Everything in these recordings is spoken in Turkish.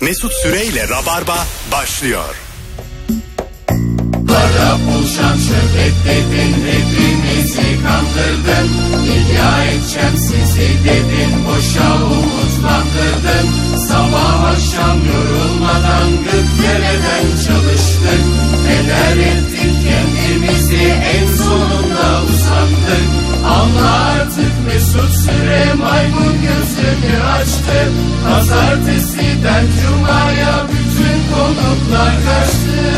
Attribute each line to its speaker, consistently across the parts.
Speaker 1: Mesut Süreyle Rabarba başlıyor.
Speaker 2: Para bulşan şöhret dedin hepimizi kandırdın İlya edeceğim sizi dedin boşa umutlandırdın Sabah akşam yorulmadan gıklemeden çalıştın Neler ettik kendimizi en sonunda uzandık Anla artık Mesut Süre maymun gözünü açtı Pazartesiden Cuma'ya bütün konuklar kaçtı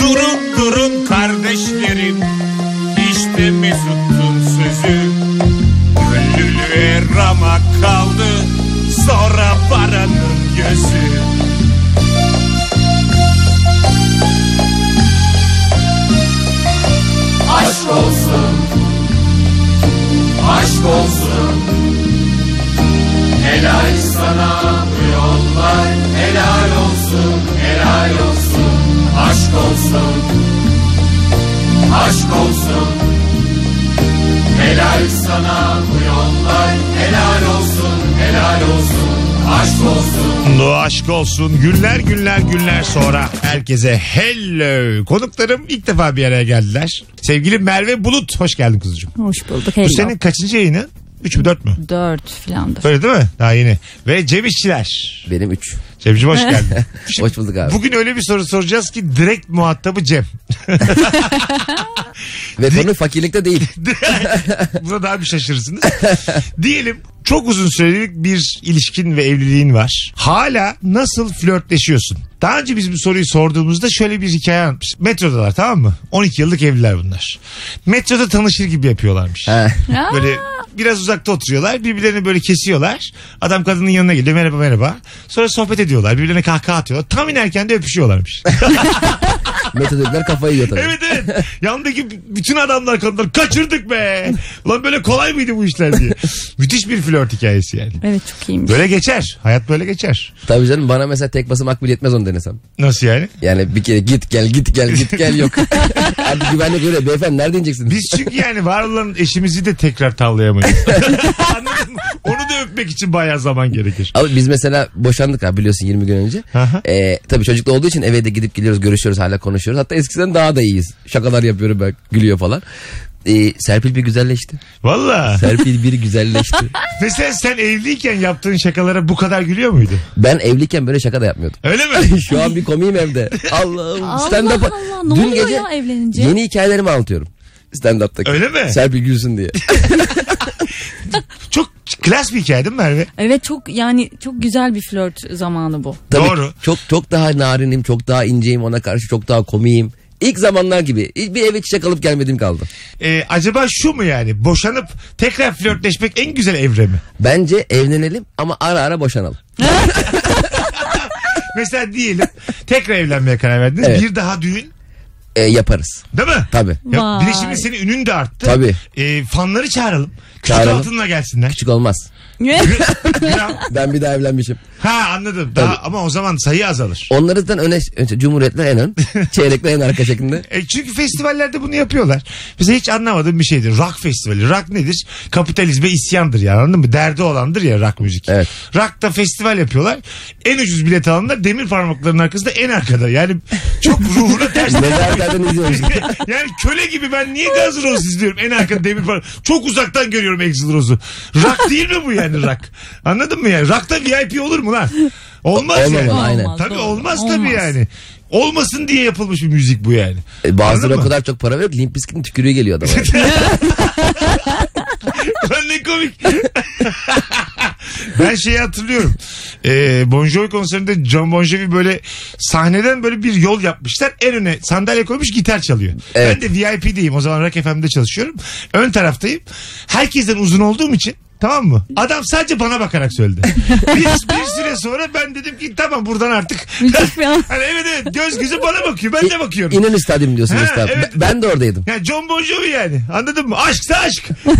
Speaker 3: Durun durun kardeşlerim İşte Mesut'un sözü Gönüllüğe ramak kaldı Sonra paranın gözü
Speaker 2: Aşk olsun Aşk olsun Helal sana bu yollar Helal olsun Helal olsun Aşk olsun Aşk olsun Helal sana bu yollar Helal olsun Helal olsun Aşk olsun
Speaker 4: No aşk olsun günler günler günler sonra herkese hello. Konuklarım ilk defa bir araya geldiler. Sevgili Merve Bulut hoş geldin kuzucuğum.
Speaker 5: Hoş bulduk.
Speaker 4: Bu
Speaker 5: Hello.
Speaker 4: senin kaçıncı yayını? 3 mü 4 mü?
Speaker 5: 4 filandır.
Speaker 4: Öyle değil mi? Daha yeni. Ve Cem İşçiler.
Speaker 6: Benim 3.
Speaker 4: Cemciğim hoş geldin.
Speaker 6: Hoş bulduk abi.
Speaker 4: Bugün öyle bir soru soracağız ki direkt muhatabı Cem.
Speaker 6: Ve konu fakirlikte değil.
Speaker 4: Buna daha bir şaşırırsınız. Diyelim çok uzun sürelik bir ilişkin ve evliliğin var. Hala nasıl flörtleşiyorsun? Daha önce biz bu soruyu sorduğumuzda şöyle bir hikaye anlatmış. Metrodalar tamam mı? 12 yıllık evliler bunlar. Metroda tanışır gibi yapıyorlarmış.
Speaker 6: Ha.
Speaker 4: Böyle biraz uzakta oturuyorlar. Birbirlerini böyle kesiyorlar. Adam kadının yanına geliyor. Merhaba merhaba. Sonra sohbet ediyorlar. Birbirlerine kahkaha atıyorlar. Tam inerken de öpüşüyorlarmış.
Speaker 6: Metodikler kafayı yiyor tabii.
Speaker 4: evet evet. Yandaki bütün adamlar kadınlar kaçırdık be. Ulan böyle kolay mıydı bu işler diye. Müthiş bir flört hikayesi yani.
Speaker 5: Evet çok iyiymiş.
Speaker 4: Böyle geçer. Hayat böyle geçer.
Speaker 6: Tabii canım bana mesela tek basım akbil yetmez onu denesem.
Speaker 4: Nasıl yani?
Speaker 6: Yani bir kere git gel git gel git gel yok. Artık güvenlik öyle beyefendi nerede ineceksiniz?
Speaker 4: Biz çünkü yani var olan eşimizi de tekrar tavlayamayız. Anladın mı? Onu da öpmek için bayağı zaman gerekir.
Speaker 6: Abi biz mesela boşandık abi biliyorsun 20 gün önce.
Speaker 4: Aha.
Speaker 6: Ee, tabii çocuklu olduğu için eve de gidip geliyoruz görüşüyoruz hala konuşuyoruz. Hatta eskiden daha da iyiyiz. Şakalar yapıyorum ben gülüyor falan. Ee, Serpil bir güzelleşti.
Speaker 4: Valla.
Speaker 6: Serpil bir güzelleşti.
Speaker 4: Mesela sen evliyken yaptığın şakalara bu kadar gülüyor muydu?
Speaker 6: ben evliyken böyle şaka da yapmıyordum.
Speaker 4: Öyle mi?
Speaker 6: Şu an bir komiyim evde. Allah'ım.
Speaker 5: Allah
Speaker 6: Stand up.
Speaker 5: Allah, ne oluyor ya evlenince?
Speaker 6: Yeni hikayelerimi anlatıyorum. Stand up'taki.
Speaker 4: Öyle mi?
Speaker 6: Serpil gülsün diye.
Speaker 4: Çok klas bir hikaye değil mi Merve?
Speaker 5: Evet çok yani çok güzel bir flört zamanı bu.
Speaker 6: Tabii
Speaker 4: Doğru.
Speaker 6: Çok çok daha narinim, çok daha inceyim ona karşı çok daha komiyim. İlk zamanlar gibi. Hiç Bir eve çiçek alıp gelmedim kaldı.
Speaker 4: Ee, acaba şu mu yani? Boşanıp tekrar flörtleşmek en güzel evre mi?
Speaker 6: Bence evlenelim ama ara ara boşanalım.
Speaker 4: Mesela diyelim tekrar evlenmeye karar verdiniz.
Speaker 6: Evet.
Speaker 4: Bir daha düğün
Speaker 6: E, yaparız.
Speaker 4: değil mi?
Speaker 6: Tabii.
Speaker 4: Ya bir de
Speaker 5: Vay.
Speaker 4: şimdi senin ünün de arttı.
Speaker 6: Tabii.
Speaker 4: Ee, fanları çağıralım. Küçük
Speaker 6: Çağıralım.
Speaker 4: altınla gelsinler.
Speaker 6: Küçük olmaz.
Speaker 4: Gram.
Speaker 6: Ben bir daha evlenmişim.
Speaker 4: Ha anladım. Daha, ama o zaman sayı azalır.
Speaker 6: Onları zaten öne, önce cumhuriyetler en ön, çeyrekler en arka şeklinde.
Speaker 4: E çünkü festivallerde bunu yapıyorlar. Bize hiç anlamadığım bir şeydir. Rock festivali. Rock nedir? Kapitalizme isyandır ya anladın mı? Derdi olandır ya rock müzik.
Speaker 6: Evet.
Speaker 4: Rock'ta festival yapıyorlar. En ucuz bilet alanlar demir parmaklarının arkasında en arkada. Yani çok ruhuna ters.
Speaker 6: Mezarlardan izliyoruz.
Speaker 4: yani köle gibi ben niye Guns Roses izliyorum en arkada demir parmak. Çok uzaktan görüyorum Axl Rose'u. Rock değil mi bu yani rock? Anladın mı yani? Rock'ta VIP olur mu lan? Olmaz
Speaker 6: Olmaz,
Speaker 4: yani.
Speaker 6: aynen.
Speaker 4: Tabii
Speaker 5: Doğru.
Speaker 4: olmaz,
Speaker 5: Olmaz.
Speaker 4: tabii yani. Olmasın diye yapılmış bir müzik bu yani.
Speaker 6: E, bazıları
Speaker 4: Anladın
Speaker 6: o
Speaker 4: mı?
Speaker 6: kadar çok para veriyor ki Limp Bizkit'in tükürüğü geliyor adama.
Speaker 4: Lan ne komik. ben şeyi hatırlıyorum. Ee, bon Jovi konserinde John Bon Jovi böyle sahneden böyle bir yol yapmışlar. En öne sandalye koymuş gitar çalıyor.
Speaker 6: Evet.
Speaker 4: Ben de VIP'deyim. O zaman Rock FM'de çalışıyorum. Ön taraftayım. Herkesten uzun olduğum için Tamam mı? Adam sadece bana bakarak söyledi. Bir, bir süre sonra ben dedim ki tamam buradan artık.
Speaker 5: Müthiş bir an.
Speaker 4: hani evet evet göz gözü bana bakıyor. Ben de bakıyorum.
Speaker 6: İnönü stadyum diyorsun
Speaker 4: Ha,
Speaker 6: usta.
Speaker 4: evet.
Speaker 6: Ben- Ben de oradaydım.
Speaker 4: Ya John Bon Jovi yani. Anladın mı? Aşksa aşk. Ne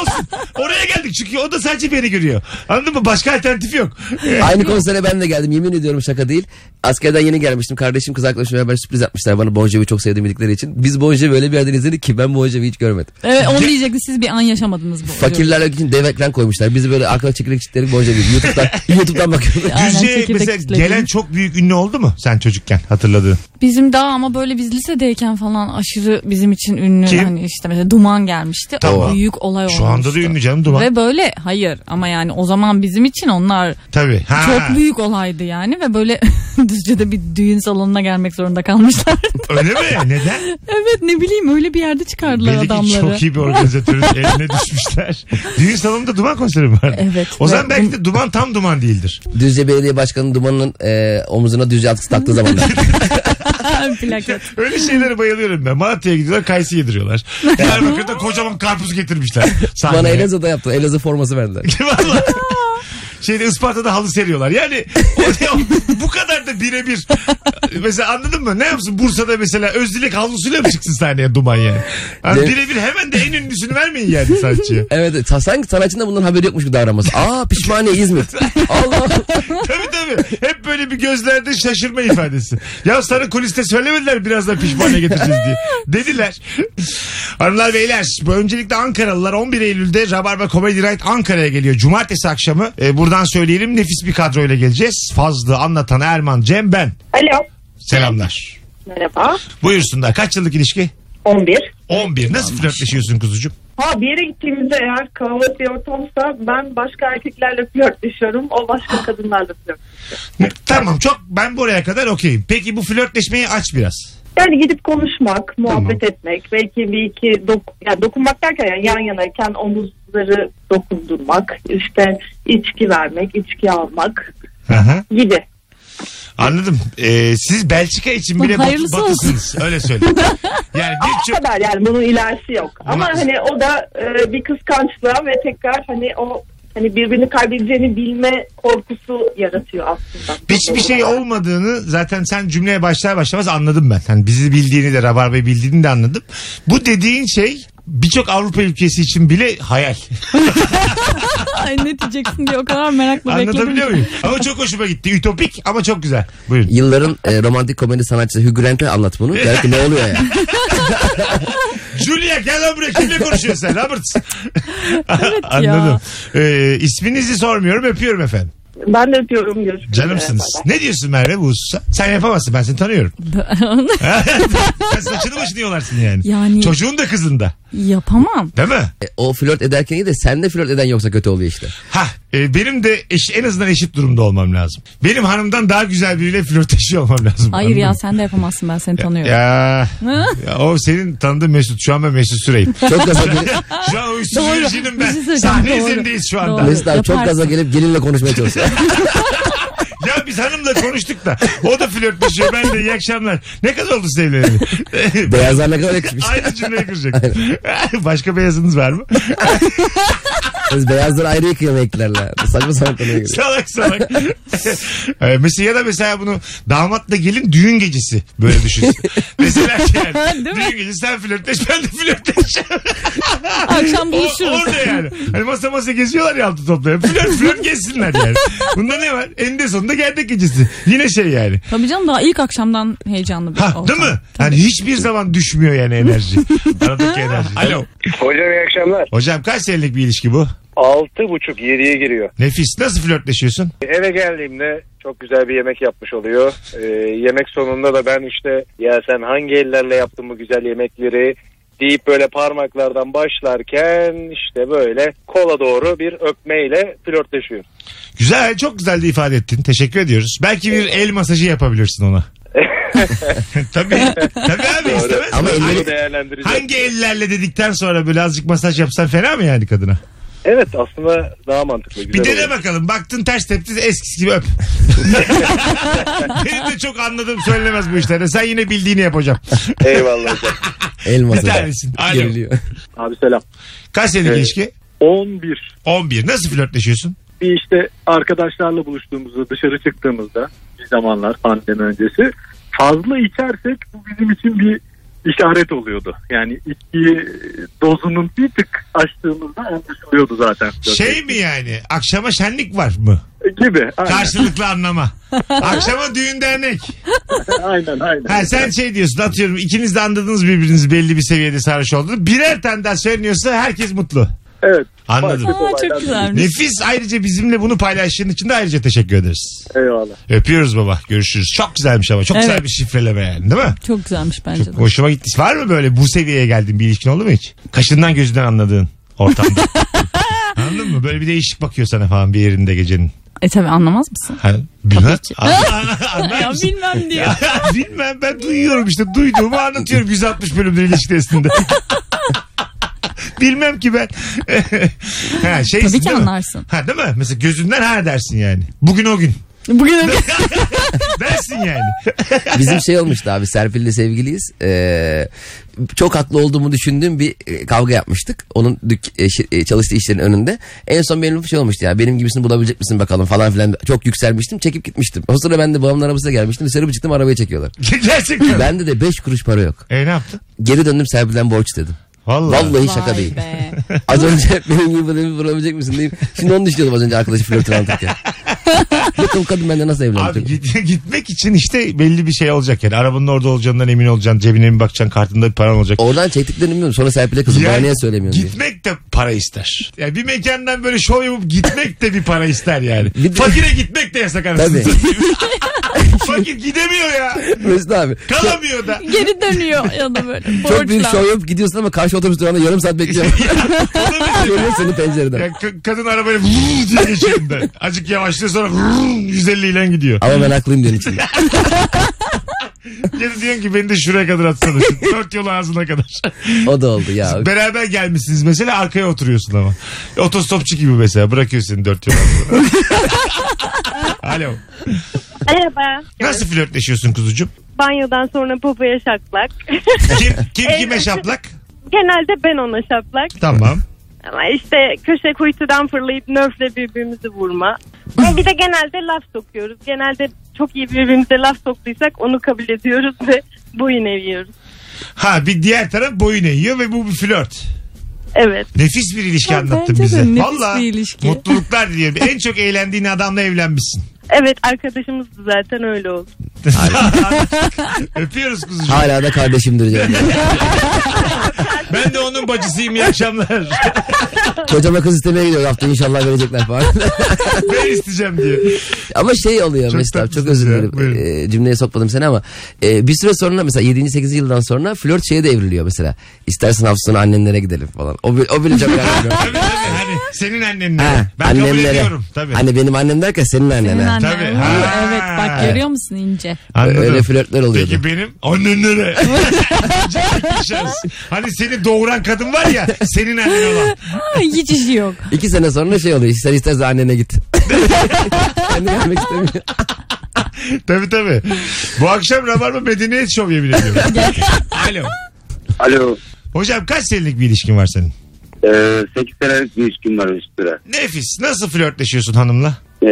Speaker 4: olsun. Oraya geldik çünkü o da sadece beni görüyor. Anladın mı? Başka alternatif yok.
Speaker 6: Aynı konsere ben de geldim. Yemin ediyorum şaka değil. Askerden yeni gelmiştim. Kardeşim kız arkadaşım beraber sürpriz yapmışlar bana Bon Jovi çok sevdiğim dedikleri için. Biz Bon Jovi öyle bir yerden izledik ki ben Bon Jovi'yi hiç görmedim.
Speaker 5: Evet onu diyecektim siz bir an yaşamadınız bu.
Speaker 6: Fakirlerle için deve, ekran koymuşlar. Bizi böyle arkada çekirdek çitleri boyunca gibi. YouTube'dan, YouTube'dan bakıyoruz.
Speaker 5: Aynen,
Speaker 4: Düzce'ye
Speaker 5: çekirdek
Speaker 4: mesela
Speaker 5: çitledim.
Speaker 4: gelen çok büyük ünlü oldu mu sen çocukken hatırladığın?
Speaker 5: Bizim daha ama böyle biz lisedeyken falan aşırı bizim için ünlü
Speaker 4: Kim?
Speaker 5: hani işte mesela Duman gelmişti.
Speaker 4: Tamam.
Speaker 5: O büyük olay olmuştu.
Speaker 4: Şu anda da ünlü canım Duman.
Speaker 5: Ve böyle hayır ama yani o zaman bizim için onlar
Speaker 4: Tabii. Ha.
Speaker 5: çok büyük olaydı yani ve böyle Düzce'de bir düğün salonuna gelmek zorunda kalmışlar.
Speaker 4: Öyle mi? Neden?
Speaker 5: evet ne bileyim öyle bir yerde çıkardılar
Speaker 4: Belli ki
Speaker 5: adamları.
Speaker 4: çok iyi bir organizatörün eline düşmüşler. Düğün salonunda Duman konseri mi vardı?
Speaker 5: Evet.
Speaker 4: O zaman
Speaker 5: Ve-
Speaker 4: belki de Duman tam Duman değildir.
Speaker 6: Düzce Belediye Başkanı'nın dumanının e, omuzuna düzce atkısı taktığı zamanlar.
Speaker 5: Plaket.
Speaker 4: Öyle şeylere bayılıyorum ben. Maratya'ya gidiyorlar kayısı yediriyorlar. Diyarbakır'da kocaman karpuz getirmişler.
Speaker 6: Bana
Speaker 4: sahneye.
Speaker 6: Elazığ'da yaptı. Elazığ forması verdiler.
Speaker 4: Valla. Şeyde Isparta'da halı seriyorlar. Yani o, bu kadar da birebir. Mesela anladın mı? Ne yapsın Bursa'da mesela Özdilek havlusuyla mı çıksın sahneye duman yani? Hani
Speaker 6: Ne-
Speaker 4: birebir hemen de en ünlüsünü vermeyin yani sanatçıya.
Speaker 6: Evet evet. sanki sanatçının bundan haberi yokmuş gibi davranması. Aa pişmaniye İzmit. Allah.
Speaker 4: tabii tabii. Hep böyle bir gözlerde şaşırma ifadesi. Ya sana kuliste söylemediler biraz da pişmaniye getireceğiz diye. Dediler. Hanımlar beyler bu öncelikle Ankaralılar 11 Eylül'de Rabarba Comedy Night Ankara'ya geliyor. Cumartesi akşamı E, buradan söyleyelim nefis bir kadroyla geleceğiz. Fazlı, Anlatan, Erman, Cem ben.
Speaker 7: Alo.
Speaker 4: Selamlar.
Speaker 7: Merhaba.
Speaker 4: Buyursunlar. Kaç yıllık ilişki?
Speaker 7: 11.
Speaker 4: 11. Nasıl flörtleşiyorsun kuzucuğum?
Speaker 7: Ha bir yere gittiğimizde eğer kalabalık bir ortamsa ben başka erkeklerle flörtleşiyorum. O başka kadınlarla flört.
Speaker 4: Tamam çok ben buraya kadar okeyim. Peki bu flörtleşmeyi aç biraz.
Speaker 7: Yani gidip konuşmak, muhabbet etmek, belki bir iki dok yani dokunmak derken yani yan yanayken omuzları dokundurmak, işte içki vermek, içki almak
Speaker 4: Aha.
Speaker 7: gibi.
Speaker 4: Anladım. Ee, siz Belçika için bile
Speaker 5: Bak,
Speaker 4: bat-
Speaker 5: hayırlısı
Speaker 4: batısınız. Öyle söyleyeyim. Yani
Speaker 7: Bu
Speaker 4: birçok
Speaker 7: kadar yani bunun ilerisi yok. Ama
Speaker 4: Bunun-
Speaker 7: hani o da e, bir kıskançlığa ve tekrar hani o hani birbirini kaybedeceğini bilme korkusu yaratıyor aslında.
Speaker 4: hiçbir şey olmadığını zaten sen cümleye başlar başlamaz anladım ben. Hani bizi bildiğini de Rabarbe'yi bildiğini de anladım. Bu dediğin şey birçok Avrupa ülkesi için bile hayal.
Speaker 5: Ay ne diyeceksin diye o kadar merakla bekledim.
Speaker 4: Anlatabiliyor muyum? Ama çok hoşuma gitti. Ütopik ama çok güzel. Buyurun.
Speaker 6: Yılların e, romantik komedi sanatçısı Hugh Grant'e anlat bunu. Der ki ne oluyor ya?
Speaker 4: Julia gel lan buraya kimle konuşuyorsun sen Robert?
Speaker 5: Evet
Speaker 4: Anladım. Ee, isminizi sormuyorum öpüyorum efendim.
Speaker 7: Ben de öpüyorum görüşmek
Speaker 4: Canımsınız.
Speaker 7: üzere.
Speaker 4: Ne diyorsun Merve bu hususa? Sen yapamazsın ben seni tanıyorum. sen saçını başını yolarsın yani.
Speaker 5: Yani-
Speaker 4: Çocuğun da kızın da
Speaker 5: Yapamam.
Speaker 4: değil mi?
Speaker 6: E, o flört ederken iyi de sen de flört eden yoksa kötü oluyor işte.
Speaker 4: Ha e, benim de eş, en azından eşit durumda olmam lazım. Benim hanımdan daha güzel biriyle flörtleşiyor olmam lazım.
Speaker 5: Hayır
Speaker 4: Anladın
Speaker 5: ya
Speaker 4: mı?
Speaker 5: sen de yapamazsın ben seni tanıyorum.
Speaker 4: Ya, ya o senin tanıdığın Mesut. Şu an ben Mesut Süreyim.
Speaker 6: Çok gaza gelip,
Speaker 4: şu an uyuşturucu
Speaker 5: Doğru.
Speaker 4: rejimim
Speaker 5: Bir şey
Speaker 4: ben.
Speaker 5: söyleyeceğim,
Speaker 4: Sahne
Speaker 5: doğru.
Speaker 4: izindeyiz şu anda.
Speaker 5: Doğru.
Speaker 6: Mesut abi çok
Speaker 5: Yaparsın.
Speaker 6: gaza gelip gelinle konuşmaya çalışıyor.
Speaker 4: Ya biz hanımla konuştuk da o da flörtleşiyor ben de iyi akşamlar. Ne kadar oldu size evleneli?
Speaker 6: Beyazlar ne kadar yakışmış.
Speaker 4: Aynı cümleye girecek. Başka beyazınız var mı?
Speaker 6: Biz beyazları ayrı yıkıyor renklerle. Saçma sapan konuya giriyor.
Speaker 4: salak salak. Ee, mesela ya da mesela bunu damatla gelin düğün gecesi böyle düşün. mesela yani,
Speaker 5: Değil mi?
Speaker 4: düğün gecesi sen flörtleş ben de flörtleş.
Speaker 5: Akşam
Speaker 4: O-
Speaker 5: buluşuruz.
Speaker 4: Orada yani. Hani masa masa geziyorlar ya altı toplayıp. Flört flört gezsinler yani. Bunda ne var? Eninde sonunda geldik gecesi. Yine şey yani.
Speaker 5: Tabii canım daha ilk akşamdan heyecanlı bir
Speaker 4: Ha,
Speaker 5: ortam.
Speaker 4: değil mi? Hani hiçbir zaman düşmüyor yani enerji. Aradaki enerji. Alo.
Speaker 8: Hocam iyi akşamlar.
Speaker 4: Hocam kaç senelik bir ilişki bu?
Speaker 8: Altı buçuk yediye giriyor.
Speaker 4: Nefis. Nasıl flörtleşiyorsun?
Speaker 8: Eve geldiğimde çok güzel bir yemek yapmış oluyor. Ee, yemek sonunda da ben işte ya sen hangi ellerle yaptın bu güzel yemekleri deyip böyle parmaklardan başlarken işte böyle kola doğru bir öpmeyle flörtleşiyor.
Speaker 4: Güzel. Çok güzel de ifade ettin. Teşekkür ediyoruz. Belki bir el masajı yapabilirsin ona. tabii. Tabii abi istemez
Speaker 6: Ama
Speaker 4: mi?
Speaker 6: elleri-
Speaker 4: Hangi-
Speaker 8: Bunu değerlendireceğim.
Speaker 4: Hangi ellerle dedikten sonra böyle azıcık masaj yapsan fena mı yani kadına?
Speaker 8: Evet aslında daha mantıklı.
Speaker 4: Bir
Speaker 8: Güzel
Speaker 4: dene
Speaker 8: oluyor.
Speaker 4: bakalım. Baktın ters tepti eskisi gibi öp. Benim de çok anladığım söylemez bu işlerde. Sen yine bildiğini yap hocam.
Speaker 8: Eyvallah hocam.
Speaker 6: Elması
Speaker 4: Bir
Speaker 6: da
Speaker 4: tanesin. Alo.
Speaker 6: geriliyor.
Speaker 8: Abi selam.
Speaker 4: Kaç senelik
Speaker 8: Evet.
Speaker 4: ilişki?
Speaker 8: 11.
Speaker 4: 11. Nasıl flörtleşiyorsun?
Speaker 8: bir işte arkadaşlarla buluştuğumuzda dışarı çıktığımızda bir zamanlar pandemi öncesi fazla içersek bu bizim için bir işaret oluyordu. Yani içkiyi dozunun bir tık aştığımızda anlaşılıyordu zaten. E,
Speaker 4: Şey mi yani? Akşama şenlik var mı?
Speaker 8: Gibi. Aynen
Speaker 4: Karşılıklı anlama. Akşama düğün dernek.
Speaker 8: aynen. aynen.
Speaker 4: Ha, sen şey diyorsun atıyorum ikiniz de anladınız birbirinizi belli bir seviyede sarhoş olduğunu. Birer tane daha söyleniyorsa herkes mutlu.
Speaker 8: Evet.
Speaker 4: Anladım.
Speaker 8: Farklı
Speaker 5: Aa,
Speaker 8: olaylar.
Speaker 5: çok güzelmiş.
Speaker 4: Nefis ayrıca bizimle bunu paylaştığın için de ayrıca teşekkür ederiz.
Speaker 8: Eyvallah.
Speaker 4: Öpüyoruz baba. Görüşürüz. Çok güzelmiş ama. Çok güzel
Speaker 5: Evet.
Speaker 4: bir şifreleme yani değil mi?
Speaker 5: Çok güzelmiş bence de.
Speaker 4: Hoşuma gitti. Var mı böyle bu seviyeye geldiğin bir ilişkin oldu mu hiç? Kaşından gözünden anladığın ortamda. Anladın mı? Böyle bir değişik bakıyor sana falan bir yerinde gecenin.
Speaker 5: E tabi anlamaz mısın?
Speaker 4: Ha, bilmem.
Speaker 5: ki.
Speaker 4: Anlar
Speaker 5: Ya
Speaker 4: mısın?
Speaker 5: bilmem diyor.
Speaker 4: Bilmem ben duyuyorum işte duyduğumu anlatıyorum 160 bölümdür ilişki testinde. Bilmem ki ben. ha, şeysin,
Speaker 5: Tabii ki
Speaker 4: değil mi?
Speaker 5: anlarsın.
Speaker 4: Ha değil mi? Mesela gözünden ha dersin yani. Bugün o gün.
Speaker 5: Bugün
Speaker 4: Dersin yani.
Speaker 6: Bizim şey olmuştu abi Serpil'le sevgiliyiz. Ee, çok haklı olduğumu düşündüğüm bir e, kavga yapmıştık. Onun dük- e, şi- e, çalıştığı işlerin önünde. En son benim şey olmuştu ya benim gibisini bulabilecek misin bakalım falan filan. Çok yükselmiştim çekip gitmiştim. O sırada ben de babamın arabasına gelmiştim. Dışarı bir çıktım arabaya çekiyorlar.
Speaker 4: Gerçekten.
Speaker 6: Bende de 5 kuruş para yok.
Speaker 4: E ne yaptın?
Speaker 6: Geri döndüm Serpil'den borç dedim.
Speaker 4: Vallahi.
Speaker 6: Vallahi şaka değil. Az önce benim gibi beni bulabilecek misin deyip. Şimdi onu düşünüyordum az önce arkadaşı flörtünü anlatırken. Bakalım kadın bende nasıl
Speaker 4: Abi
Speaker 6: evlenecek?
Speaker 4: git- gitmek için işte belli bir şey olacak yani. Arabanın orada olacağından emin olacaksın. Cebine mi bakacaksın? Kartında bir paran olacak.
Speaker 6: Oradan çektiklerini bilmiyorum. Sonra Serpil'e kızım
Speaker 4: Yani
Speaker 6: bana niye söylemiyorsun diye.
Speaker 4: Gitmek de para ister. Yani bir mekandan böyle şov yapıp gitmek de bir para ister yani.
Speaker 6: Bir de-
Speaker 4: Fakire gitmek de yasak arasında.
Speaker 6: Tabii.
Speaker 4: Fakir gidemiyor ya.
Speaker 6: Mesut abi.
Speaker 4: Kalamıyor da.
Speaker 5: geri dönüyor ya da böyle.
Speaker 6: Çok büyük şey
Speaker 5: borçla.
Speaker 6: şov yapıp gidiyorsun ama karşı otobüs durağında yarım saat bekliyorum. Görüyorum seni
Speaker 4: Ya
Speaker 6: pencereden.
Speaker 4: ka- kadın arabayla vuuu diye geçiyor önünden. Azıcık yavaşlıyor sonra vuuu 150 ile gidiyor.
Speaker 6: Ama ben haklıyım diyorsun içinde.
Speaker 4: Ya da diyorsun ki beni de şuraya kadar atsana. Şu Dört yol ağzına kadar.
Speaker 6: O da oldu ya.
Speaker 4: Beraber gelmişsiniz mesela arkaya oturuyorsun ama. Otostopçu gibi mesela bırakıyor seni dört yol ağzına. Alo.
Speaker 9: Merhaba.
Speaker 4: Nasıl flörtleşiyorsun kuzucuğum?
Speaker 9: Banyodan sonra popoya şaplak.
Speaker 4: Kim, kim
Speaker 9: Evet.
Speaker 4: kime şaplak?
Speaker 9: Genelde ben ona şaplak.
Speaker 4: Tamam.
Speaker 9: Ama işte köşe kuytudan fırlayıp nöfle birbirimizi vurma. Ama bir de genelde laf sokuyoruz. Genelde çok iyi birbirimize laf soktuysak onu kabul ediyoruz ve boyun eğiyoruz.
Speaker 4: Ha bir diğer taraf boyun eğiyor ve bu bir flört.
Speaker 9: Evet.
Speaker 4: Nefis bir ilişki
Speaker 5: Ya
Speaker 4: anlattın
Speaker 5: bence de
Speaker 4: bize.
Speaker 5: nefis
Speaker 4: Vallahi
Speaker 5: bir ilişki.
Speaker 4: mutluluklar diliyorum. en çok eğlendiğin adamla evlenmişsin.
Speaker 9: Evet arkadaşımızdı zaten öyle oldu.
Speaker 4: Öpüyoruz kuzucuğum.
Speaker 6: Hala da kardeşimdir diyorum.
Speaker 4: Ben de onun bacısıyım iyi akşamlar.
Speaker 6: Kocama kız istemeye gidiyor hafta inşallah verecekler falan.
Speaker 4: ben isteyeceğim diye.
Speaker 6: ama şey oluyor
Speaker 4: Çok
Speaker 6: Mesut abi çok
Speaker 4: tatlısınız
Speaker 6: özür
Speaker 4: ya,
Speaker 6: dilerim.
Speaker 4: buyurun.
Speaker 6: Ee, cümleye sokmadım seni ama e, bir süre sonra mesela 7. 8. yıldan sonra flört şeye de evriliyor mesela. İstersen hafta sonu annenlere gidelim falan. O, bi- o bile çok önemli.
Speaker 4: Tabii tabii. Hani senin annenle.
Speaker 6: Ha,
Speaker 4: ben kabul ediyorum. Tabii.
Speaker 6: Hani benim annem derken senin annene.
Speaker 5: Senin annen.
Speaker 4: Tabii.
Speaker 5: Oo,
Speaker 4: Ha.
Speaker 5: Evet bak görüyor musun ince?
Speaker 4: Anladım.
Speaker 6: Öyle flörtler oluyordu.
Speaker 4: Peki benim annenlere. Çok bir şans. Hani seni doğuran kadın var ya senin annen olan.
Speaker 5: Ha, hiç işi yok.
Speaker 6: İki sene sonra şey oluyor. Sen istersen annene git. Kendi gelmek istemiyor.
Speaker 4: Tabii tabii. Bu akşam Rabarba Medeniyet Şovu yemin ediyorum. Alo.
Speaker 10: Alo.
Speaker 4: Hocam kaç senelik bir ilişkin var senin?
Speaker 10: Ee, 8 senelik bir ilişkim var üst sıra.
Speaker 4: Nefis. Nasıl flörtleşiyorsun hanımla?
Speaker 10: Ee,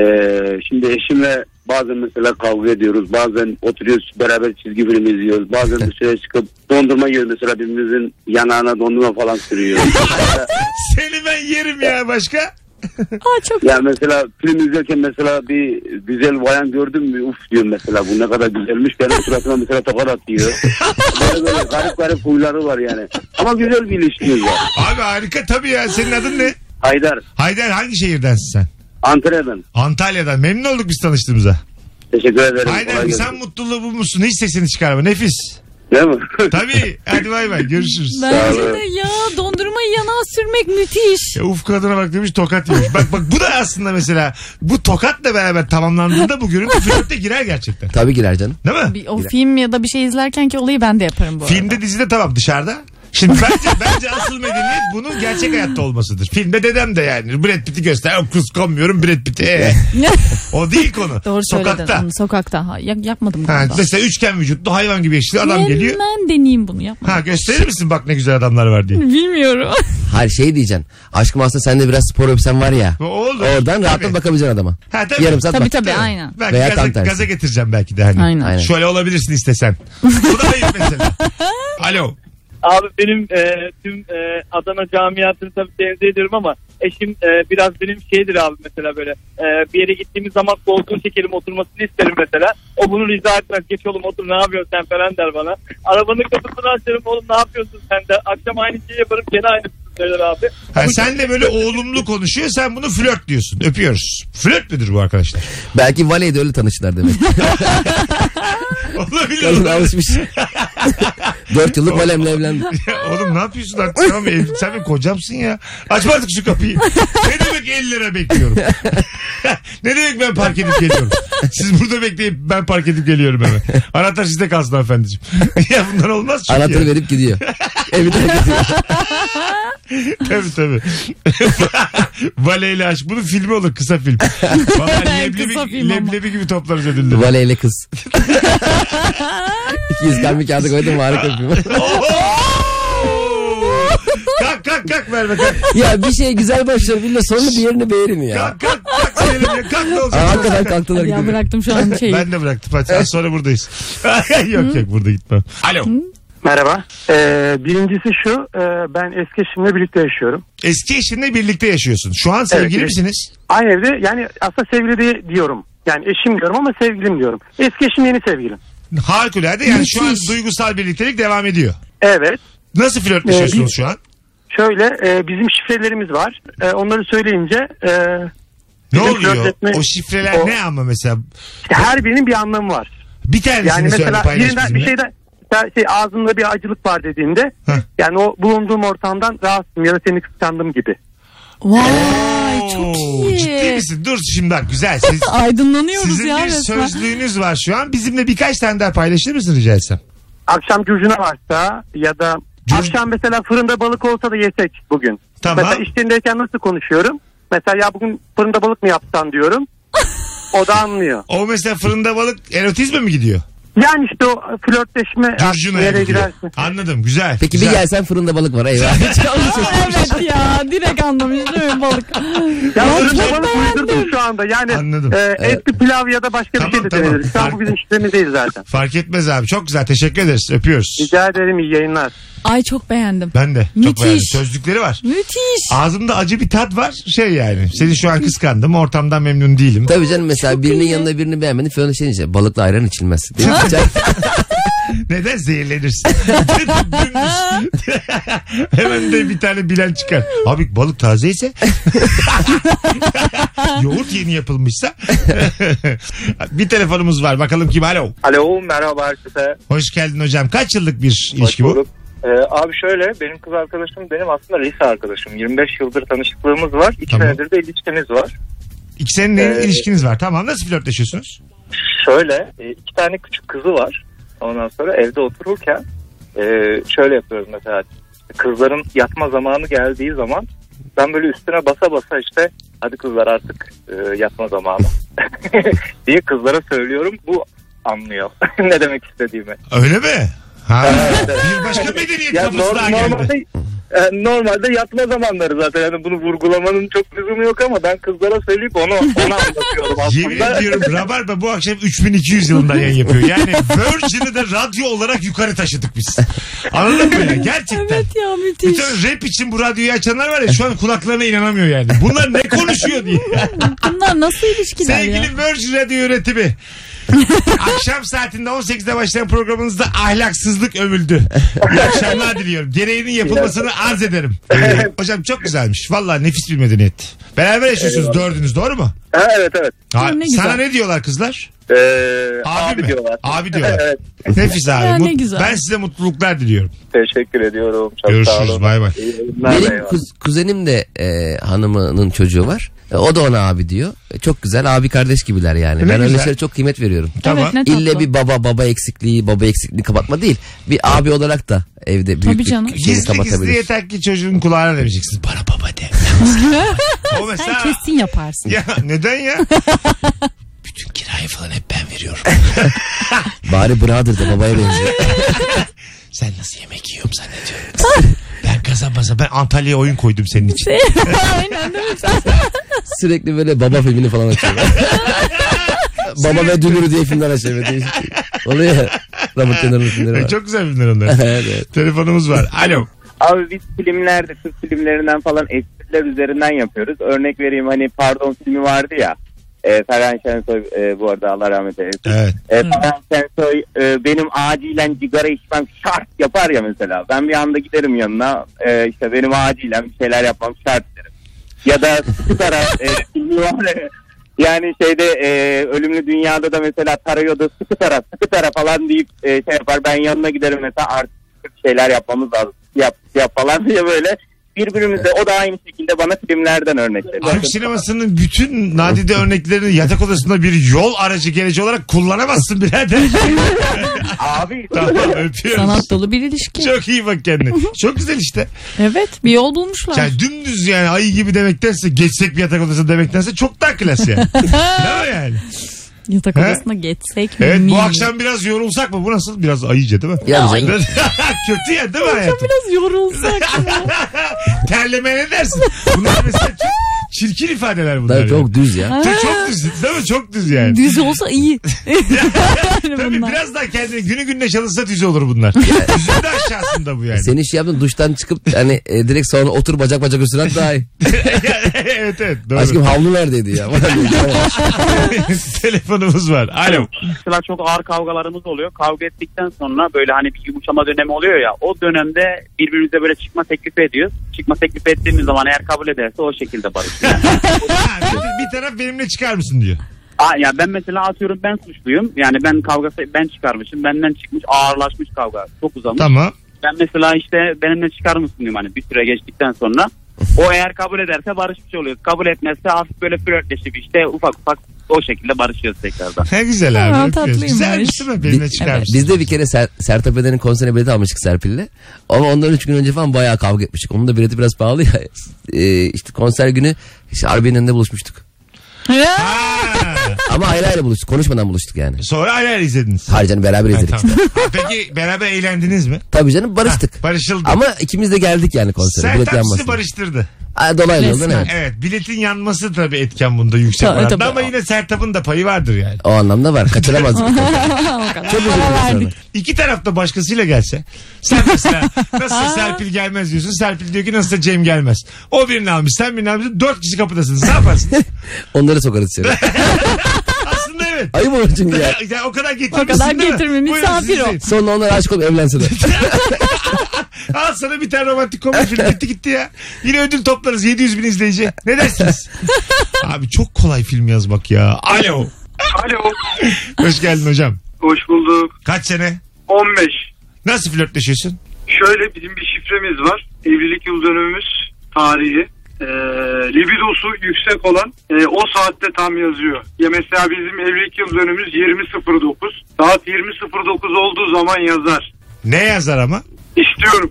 Speaker 10: şimdi eşimle bazen mesela kavga ediyoruz. Bazen oturuyoruz beraber çizgi film izliyoruz. Bazen dışarıya çıkıp dondurma yiyoruz. Mesela birbirimizin yanağına dondurma falan sürüyoruz.
Speaker 4: Seni ben yerim ya başka.
Speaker 5: Aa çok
Speaker 10: yani mesela film izlerken mesela bir güzel bayan gördüm mü uf diyorum mesela bu ne kadar güzelmiş. Benim suratına mesela tokat atıyor. böyle böyle garip garip huyları var yani. Ama güzel bir ilişkimiz var.
Speaker 4: Abi harika tabii ya. Senin adın ne?
Speaker 10: Haydar
Speaker 4: Haydar hangi şehirdensin sen?
Speaker 10: Antalya'dan.
Speaker 4: Antalya'dan. Memnun olduk biz tanıştığımıza.
Speaker 10: Teşekkür ederim.
Speaker 4: Haydar
Speaker 10: Kolay gelsin.
Speaker 4: sen mutluluğu bulmuşsun. Hiç sesini çıkarma. Nefis.
Speaker 10: Değil mi?
Speaker 4: Tabii. Hadi bay bay. Görüşürüz.
Speaker 5: Bence de ya dondurmayı yanağa sürmek müthiş.
Speaker 4: Ya Uf kadına bak demiş tokat yemiş. Bak bak bu da aslında mesela bu tokatla beraber tamamlandığında bu görüntü flörte girer gerçekten.
Speaker 6: Tabii girer canım.
Speaker 4: Değil mi?
Speaker 5: Bir, o film ya da bir şey izlerken ki olayı ben de yaparım bu arada.
Speaker 4: Filmde dizide tamam dışarıda. Şimdi bence, bence asıl medeniyet bunun gerçek hayatta olmasıdır. Filmde dedem de yani Brad Pitt'i göster. "Yok, Kıskanmıyorum Brad Pitt'i. Ee, o değil konu.
Speaker 5: Doğru
Speaker 4: Sokakta.
Speaker 5: söyledin. Hı, Sokakta. Ha, yap- yapmadım
Speaker 4: Ha,
Speaker 5: galiba.
Speaker 4: mesela üçgen vücutlu hayvan gibi yaşlı adam geliyor.
Speaker 5: Hemen deneyeyim bunu yapma.
Speaker 4: Ha gösterir misin bak ne güzel adamlar var diye.
Speaker 5: Bilmiyorum.
Speaker 6: Her şey diyeceksin. Aşkım aslında sende biraz spor öpsen var ya.
Speaker 4: Olur.
Speaker 6: Oradan rahatla
Speaker 4: Tabii.
Speaker 6: bakabileceksin adama.
Speaker 4: Ha, tabii.
Speaker 6: Yarım saat
Speaker 5: tabii
Speaker 6: bak.
Speaker 5: tabii aynen.
Speaker 4: Belki
Speaker 6: Veya
Speaker 4: gaza,
Speaker 6: tam tersi.
Speaker 4: gaza getireceğim belki de hani.
Speaker 5: Aynen.
Speaker 6: Aynen.
Speaker 4: Şöyle olabilirsin istesen. Bu da hayır mesela. Alo.
Speaker 11: Abi benim e, tüm e, Adana camiasını tabii tenzih ediyorum ama eşim e, biraz benim şeydir abi mesela böyle e, bir yere gittiğimiz zaman koltuğu çekelim oturmasını isterim mesela. O bunu rica etmez geç oğlum otur ne yapıyorsun sen falan der bana. Arabanın kapısını açarım oğlum ne yapıyorsun sen de akşam aynı şeyi yaparım gene aynısını söyler abi.
Speaker 4: Ha, sen de böyle oğlumlu konuşuyor sen bunu flört diyorsun. Öpüyoruz. Flört müdür bu arkadaşlar?
Speaker 6: Belki Vale'de öyle tanıştılar demek.
Speaker 4: Olabilir.
Speaker 6: Kadın alışmış. Dört yıllık Vale'mle evlendi.
Speaker 4: Ya oğlum ne yapıyorsun artık? Tamam, ev- sen benim kocamsın ya. Açma artık şu kapıyı. Ne demek 50 lira bekliyorum? ne demek ben park edip geliyorum? Siz burada bekleyip ben park edip geliyorum eve. Anahtar sizde kalsın hanımefendiciğim. ya bunlar olmaz çünkü.
Speaker 6: Anahtarı
Speaker 4: ya.
Speaker 6: verip gidiyor. Evine gidiyor.
Speaker 4: Tabii tabii. Valeyle aşk. Bunun filmi olur kısa film. Vallahi leblebi,
Speaker 5: Kısa film ama.
Speaker 4: leblebi gibi toplarız ödülleri.
Speaker 6: Vale'yle kız. 200 gram bir kağıda koydum harika bir film.
Speaker 4: Oo! kalk kalk kalk Merve kalk.
Speaker 6: ya bir şey güzel başlar bile sonunu bir yerini beğenirim ya.
Speaker 4: Kalk kalk kalk. Selim ya, Kalk ne
Speaker 6: Aa,
Speaker 4: olacak?
Speaker 6: hakikaten kalktılar
Speaker 5: Ya
Speaker 6: gidiyor.
Speaker 5: bıraktım şu an şeyi.
Speaker 4: Ben de bıraktım. Hadi sen sonra buradayız. yok yok burada gitmem. Alo.
Speaker 12: Merhaba. Ee, birincisi şu, e, ben eski eşimle birlikte yaşıyorum.
Speaker 4: Eski eşinle birlikte yaşıyorsun. Şu an sevgili
Speaker 12: Evet,
Speaker 4: misiniz?
Speaker 12: Aynı evde, yani aslında sevgili de- diyorum. Yani eşim diyorum ama sevgilim diyorum. Eski eşim yeni sevgilim.
Speaker 4: Harikulade yani şu an
Speaker 5: Müthiş.
Speaker 4: duygusal birliktelik devam ediyor.
Speaker 12: Evet.
Speaker 4: Nasıl flörtleşiyorsunuz
Speaker 12: Evet.
Speaker 4: şu an?
Speaker 12: Şöyle, e, bizim şifrelerimiz var. E, onları söyleyince e,
Speaker 4: Ne
Speaker 12: Bizim
Speaker 4: oluyor?
Speaker 12: flörtleşme-
Speaker 4: O şifreler
Speaker 12: O-
Speaker 4: ne ama mesela?
Speaker 12: her birinin bir anlamı var.
Speaker 4: Bir tanesini
Speaker 12: Yani
Speaker 4: söyle
Speaker 12: mesela
Speaker 4: paylaş
Speaker 12: birinden bir
Speaker 4: bizimle.
Speaker 12: şeyden ben şey, ağzımda bir acılık var dediğinde
Speaker 4: Heh.
Speaker 12: yani o bulunduğum ortamdan rahatsızım ya da seni kıskandım gibi.
Speaker 5: Vay çok
Speaker 4: Oo,
Speaker 5: iyi.
Speaker 4: Ciddi misin? Dur şimdi bak güzel. Siz,
Speaker 5: Aydınlanıyoruz
Speaker 4: sizin
Speaker 5: ya
Speaker 4: bir
Speaker 5: resmen.
Speaker 4: sözlüğünüz var şu an. Bizimle birkaç tane daha paylaşır mısın rica etsem?
Speaker 12: Akşam gürcüne varsa ya da
Speaker 4: Gür-
Speaker 12: akşam mesela fırında balık olsa da yesek bugün.
Speaker 4: Tamam.
Speaker 12: Mesela işlerindeyken nasıl konuşuyorum? Mesela ya bugün fırında balık mı yapsan diyorum. o da anlıyor.
Speaker 4: O mesela fırında balık erotizme mi gidiyor?
Speaker 12: Yani işte o flörtleşme
Speaker 4: Curcuna'ya
Speaker 12: nereye
Speaker 4: gidiyor.
Speaker 12: girersin.
Speaker 4: Anladım güzel.
Speaker 6: Peki
Speaker 4: güzel.
Speaker 6: bir gelsen fırında balık var eyvah.
Speaker 5: Aa, evet ya direkt anlamış değil mi balık?
Speaker 12: Ya
Speaker 5: Ya
Speaker 4: şey
Speaker 12: fırında
Speaker 5: çok
Speaker 12: balık
Speaker 5: beğendim.
Speaker 12: uydurdum şu anda. Yani
Speaker 4: Anladım.
Speaker 12: e, etli pilav ya da başka
Speaker 4: Tamam,
Speaker 12: bir şey de
Speaker 4: tamam.
Speaker 12: denedir. Şu an bu bizim işlerimiz değil zaten.
Speaker 4: Fark etmez abi. Çok güzel. Teşekkür ederiz. Öpüyoruz.
Speaker 12: Rica ederim iyi yayınlar.
Speaker 5: Ay çok beğendim.
Speaker 4: Ben de. Çok
Speaker 5: Müthiş.
Speaker 4: beğendim. Sözlükleri var.
Speaker 5: Müthiş.
Speaker 4: Ağzımda acı bir tat var. Şey yani. Seni şu an kıskandım. Ortamdan memnun değilim.
Speaker 6: Tabii canım mesela birinin yanında birini beğenmedin falan şey diyecek. Balıkla ayran içilmez. Değil mi? Çay-
Speaker 4: Neden zehirlenirsin? Dümdüz. Hemen de bir tane bilen çıkar. Abi balık tazeyse. Yoğurt yeni yapılmışsa. bir telefonumuz var. Bakalım kim? Alo.
Speaker 8: Alo merhaba herkese.
Speaker 4: Hoş geldin hocam. Kaç yıllık bir
Speaker 8: Hoş
Speaker 4: ilişki bu?
Speaker 8: bulduk. Ee, abi şöyle benim kız arkadaşım benim aslında lise arkadaşım. 25 yıldır tanışıklığımız var. 2
Speaker 4: Tamam.
Speaker 8: senedir de ilişkimiz var.
Speaker 4: İki senenin
Speaker 8: Ee,
Speaker 4: ilişkiniz var. Tamam. Nasıl flörtleşiyorsunuz?
Speaker 8: Şöyle e, iki tane küçük kızı var. Ondan sonra evde otururken e, şöyle yapıyoruz mesela kızların yatma zamanı geldiği zaman ben böyle üstüne basa basa işte hadi kızlar artık e, yatma zamanı diye kızlara söylüyorum. Bu anlıyor ne demek istediğimi.
Speaker 4: Öyle mi? Ha.
Speaker 8: Evet, evet.
Speaker 4: bir başka medeniyet
Speaker 8: Ya
Speaker 4: kafası
Speaker 8: nor-
Speaker 4: daha geldi.
Speaker 8: normalde, e, normalde yatma zamanları zaten. Yani bunu vurgulamanın çok lüzumu yok ama ben kızlara söyleyip onu ona anlatıyorum
Speaker 4: Yemin
Speaker 8: aslında.
Speaker 4: ediyorum Rabarba bu akşam 3200 yılında yayın yapıyor. Yani Virgin'i de radyo olarak yukarı taşıdık biz. Anladın mı ya? Gerçekten.
Speaker 5: Evet ya
Speaker 4: Bir
Speaker 5: müthiş.
Speaker 4: tane rap için bu radyoyu açanlar var ya şu an kulaklarına inanamıyor yani. Bunlar ne konuşuyor diye.
Speaker 5: Bunlar nasıl ilişkiler ya?
Speaker 4: Sevgili Virgin Radyo yönetimi. Akşam saatinde 18'de başlayan programınızda ahlaksızlık övüldü. İyi akşamlar diliyorum. Gereğinin yapılmasını arz ederim. Ee, hocam çok güzelmiş. Valla nefis bir medeniyet. Beraber yaşıyorsunuz dördünüz doğru mu?
Speaker 8: Ha, evet evet.
Speaker 4: Ha,
Speaker 5: ne güzel.
Speaker 4: sana ne diyorlar kızlar?
Speaker 8: Ee,
Speaker 4: Abi
Speaker 8: abi,
Speaker 4: mi?
Speaker 8: diyorlar.
Speaker 4: Abi diyorlar.
Speaker 8: evet.
Speaker 4: Nefis abi.
Speaker 5: Ya ne
Speaker 4: Mut-
Speaker 5: güzel.
Speaker 4: Ben size mutluluklar diliyorum.
Speaker 8: Teşekkür ediyorum. Çok sağ
Speaker 4: Görüşürüz.
Speaker 8: olun.
Speaker 4: Bay bay.
Speaker 8: İyi yayınlar,
Speaker 6: Benim
Speaker 8: eyvallah.
Speaker 6: kuz- kuzenim de e, hanımının çocuğu var. E, o da ona abi diyor. E, çok güzel abi kardeş gibiler yani.
Speaker 4: Ne
Speaker 6: ben öyle
Speaker 4: güzel.
Speaker 6: şeylere çok kıymet veriyorum.
Speaker 4: Tamam.
Speaker 5: Evet ne tatlı.
Speaker 6: İlle bir baba baba eksikliği baba eksikliğini kapatma değil. Bir abi olarak da evde büyük
Speaker 5: Tabii
Speaker 6: bir
Speaker 5: canım.
Speaker 6: şeyi
Speaker 4: Gizli gizli
Speaker 6: kapatabilir.
Speaker 4: yeter ki çocuğun kulağına demeyeceksin. Bana baba de.
Speaker 5: Sen
Speaker 4: o mesela...
Speaker 5: kesin yaparsın.
Speaker 4: Ya neden ya? Bütün kirayı falan hep ben veriyorum.
Speaker 6: Bari brother da babaya benziyor.
Speaker 4: Sen nasıl yemek yiyorum zannediyorsun? ben kazanmasa ben Antalya'ya oyun koydum senin için.
Speaker 5: Aynen değil mi? Sen-
Speaker 6: Sürekli böyle baba filmini falan açıyor. baba ve Dünür'ü diye filmler açıyor. Böyle değişik. Oluyor ya. Robert De Niro'nun filmleri var.
Speaker 4: Çok güzel filmler onlar.
Speaker 6: Evet, evet.
Speaker 4: Telefonumuz var. Alo.
Speaker 11: Abi biz filmlerde kız filmlerinden falan espriler üzerinden yapıyoruz. Örnek vereyim hani pardon filmi vardı ya.
Speaker 13: E, Ferhan Şensoy e, bu arada Allah rahmet eylesin.
Speaker 4: Evet.
Speaker 13: E, Ferhan Şensoy e, benim acilen sigara içmem şart yapar ya mesela. Ben bir anda giderim yanına e, işte benim acilen bir şeyler yapmam şart derim. Ya da sigara e, filmi var ya. yani şeyde e, ölümlü dünyada da mesela tarıyor da sıkı tara sıkı tara falan deyip e, şey yapar ben yanına giderim mesela artık bir şeyler yapmamız lazım yap, yap falan diye böyle birbirimize o da aynı şekilde bana filmlerden örnek veriyor.
Speaker 4: Arap sinemasının bütün nadide örneklerini yatak odasında bir yol aracı geleci olarak kullanamazsın birader.
Speaker 13: Abi.
Speaker 4: tamam öpüyoruz.
Speaker 5: Sanat dolu bir ilişki.
Speaker 4: Çok iyi bak kendine. Çok güzel işte.
Speaker 5: Evet bir yol bulmuşlar.
Speaker 4: Yani dümdüz yani ayı gibi demektense geçsek bir yatak odası demektense çok daha klas yani. Değil mi yani?
Speaker 5: Yatak
Speaker 4: He?
Speaker 5: odasına geçsek
Speaker 4: Evet
Speaker 5: mi?
Speaker 4: bu akşam biraz yorulsak mı? Bu nasıl? Biraz ayıca değil mi?
Speaker 5: Ya canım.
Speaker 4: Kötü ya değil mi hayatım?
Speaker 5: biraz yorulsak.
Speaker 4: Terleme ne dersin? Bunlar mesela çok çirkin ifadeler bunlar.
Speaker 6: Tabii çok
Speaker 4: yani.
Speaker 6: düz ya.
Speaker 4: Çok, çok düz değil mi? Çok düz yani.
Speaker 5: Düz olsa iyi.
Speaker 4: Tabii biraz daha kendini günü gününe çalışsa düz olur bunlar. Düzün de aşağısında bu yani.
Speaker 6: Senin şey yaptın duştan çıkıp hani e, direkt sonra otur bacak bacak üstüne daha iyi.
Speaker 4: evet evet doğru.
Speaker 6: Aşkım havlu neredeydi ya?
Speaker 4: Telefonumuz var. Alo.
Speaker 14: Mesela çok ağır kavgalarımız oluyor. Kavga ettikten sonra böyle hani bir yumuşama dönemi oluyor ya. O dönemde birbirimize böyle çıkma teklifi ediyoruz. Çıkma teklifi ettiğimiz zaman eğer kabul ederse o şekilde barışıyoruz.
Speaker 4: Ha, bir, bir taraf benimle çıkar mısın diyor.
Speaker 14: Aa, ya ben mesela atıyorum ben suçluyum. Yani ben kavgası ben çıkarmışım. Benden çıkmış ağırlaşmış kavga. Çok uzamış.
Speaker 4: Tamam.
Speaker 14: Ben mesela işte benimle çıkar mısın diyorum hani bir süre geçtikten sonra. O eğer kabul ederse barışmış oluyoruz. Kabul etmezse hafif böyle flörtleşip işte ufak ufak o şekilde barışıyoruz tekrardan.
Speaker 4: Ne güzel abi. öpüyoruz. Güzelmiş değil mi? Benimle
Speaker 6: Bi-
Speaker 4: çıkar mısın?
Speaker 6: Biz de bir kere Ser, Sertab Eden'in konserine bilet almıştık Serpil'le. Ama ondan üç gün önce falan bayağı kavga etmiştik. Onun da bileti biraz pahalı ya. Ee, işte konser günü işte Harbiye'nin önünde buluşmuştuk. Ama ayrı ayrı buluştuk. Konuşmadan buluştuk yani.
Speaker 4: Sonra ayrı ayrı izlediniz.
Speaker 6: Hayır canım beraber
Speaker 4: Ha,
Speaker 6: izledik.
Speaker 4: tamam. Ha, Peki beraber eğlendiniz mi?
Speaker 6: Tabii canım barıştık.
Speaker 4: barışıldı.
Speaker 6: Ama ikimiz de geldik yani konsere.
Speaker 4: Sen
Speaker 6: Bilet
Speaker 4: taksisi
Speaker 6: yanmasın.
Speaker 4: barıştırdı.
Speaker 6: Aa, dolaylı yoldan Resmen. evet.
Speaker 4: Evet biletin yanması tabii etken bunda yüksek
Speaker 6: Tabii,
Speaker 4: oranda
Speaker 6: tabii.
Speaker 4: ama yine Sertab'ın da payı vardır yani.
Speaker 6: O anlamda var. Kaçıramaz. Çok üzüldüm sonra.
Speaker 4: İki tarafta başkasıyla gelse. Sen mesela nasıl Serpil gelmez diyorsun. Serpil diyor ki nasıl Cem gelmez. O birini almış sen birini almışsın. Dört kişi kapıdasınız. Ne yaparsın?
Speaker 6: Onları sokarız içeri.
Speaker 4: Aslında evet.
Speaker 6: Ayıp olur çünkü ya.
Speaker 4: Ya o kadar
Speaker 5: O
Speaker 4: getirmişsin
Speaker 5: kadar
Speaker 4: değil mi?
Speaker 5: getirme
Speaker 4: Buyurun
Speaker 5: misafir
Speaker 4: sizi.
Speaker 5: o.
Speaker 6: Sonra onlar aşk olup evlensinler.
Speaker 4: Al sana bir tane romantik komedi filmi bitti gitti ya. Yine ödül toplarız 700 bin izleyici. Ne dersiniz? Abi çok kolay film yazmak ya. Alo.
Speaker 15: Alo.
Speaker 4: Hoş geldin hocam.
Speaker 15: Hoş bulduk.
Speaker 4: Kaç sene?
Speaker 15: 15.
Speaker 4: Nasıl flörtleşiyorsun?
Speaker 15: Şöyle bizim bir şifremiz var. Evlilik yıl dönümümüz tarihi. Ee, libidosu yüksek olan e, o saatte tam yazıyor. Ya mesela bizim evlilik yıl dönümümüz 20.09. Saat 20.09 olduğu zaman yazar.
Speaker 4: Ne yazar ama?
Speaker 15: İstiyorum.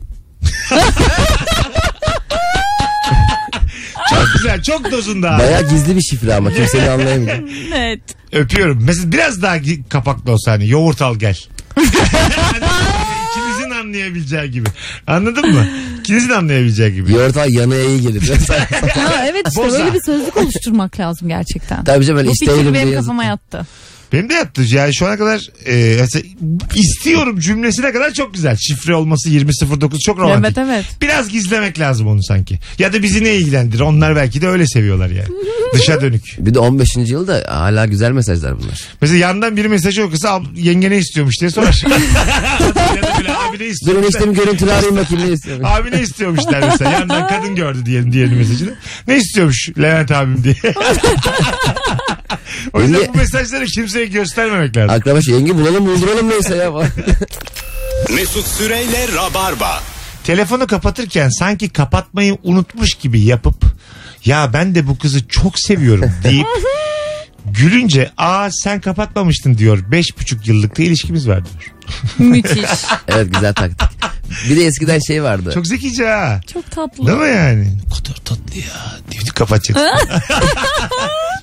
Speaker 4: Çok güzel çok dozunda. abi.
Speaker 6: Baya gizli bir şifre ama kimsenin anlayamayacak.
Speaker 5: Evet.
Speaker 4: Öpüyorum. Mesela biraz daha gi- kapaklı olsa hani yoğurt al gel. İkinizin anlayabileceği gibi. Anladın mı? İkinizin anlayabileceği gibi.
Speaker 6: Yoğurt al yanına iyi gelir.
Speaker 5: Ha, evet işte
Speaker 4: Boza.
Speaker 5: böyle bir sözlük oluşturmak lazım gerçekten.
Speaker 6: Tabii canım, öyle
Speaker 5: Bu fikir
Speaker 6: isteyelim
Speaker 5: benim
Speaker 6: diye
Speaker 5: kafama yattı.
Speaker 4: Benim de yattı. Yani şu ana kadar e, mesela istiyorum cümlesine kadar çok güzel. Şifre olması 20.09 çok
Speaker 5: Evet
Speaker 4: romantik.
Speaker 5: evet.
Speaker 4: Biraz gizlemek lazım onu sanki. Ya da bizi ne ilgilendirir? Onlar belki de öyle seviyorlar yani. Dışa dönük.
Speaker 6: Bir de 15. yılda hala güzel mesajlar bunlar.
Speaker 4: Mesela yandan biri mesaj okursa "Ab- yenge ne istiyormuş diye sorar. ya da böyle abi ne
Speaker 6: Durun
Speaker 4: istiyormuş?
Speaker 6: işte bir görüntülü arayayım bakayım ne istiyorum.
Speaker 4: Abi ne istiyormuş der mesela. Yandan kadın gördü diyelim diğer mesajını. Ne istiyormuş Levent abim diye. o yüzden bu mesajları kimseye göstermemek lazım.
Speaker 6: Akraba şey yenge bulalım bulduralım neyse ya.
Speaker 1: Mesut Süreyle Rabarba.
Speaker 4: Telefonu kapatırken sanki kapatmayı unutmuş gibi yapıp ya ben de bu kızı çok seviyorum deyip gülünce aa sen kapatmamıştın diyor. Beş buçuk yıllık da ilişkimiz var diyor.
Speaker 5: Müthiş.
Speaker 6: evet güzel taktik. Bir de eskiden şey vardı.
Speaker 4: Çok zekice ha.
Speaker 5: Çok tatlı.
Speaker 4: Değil mi yani? Ne kadar tatlı ya. Diyor, kapatacaksın.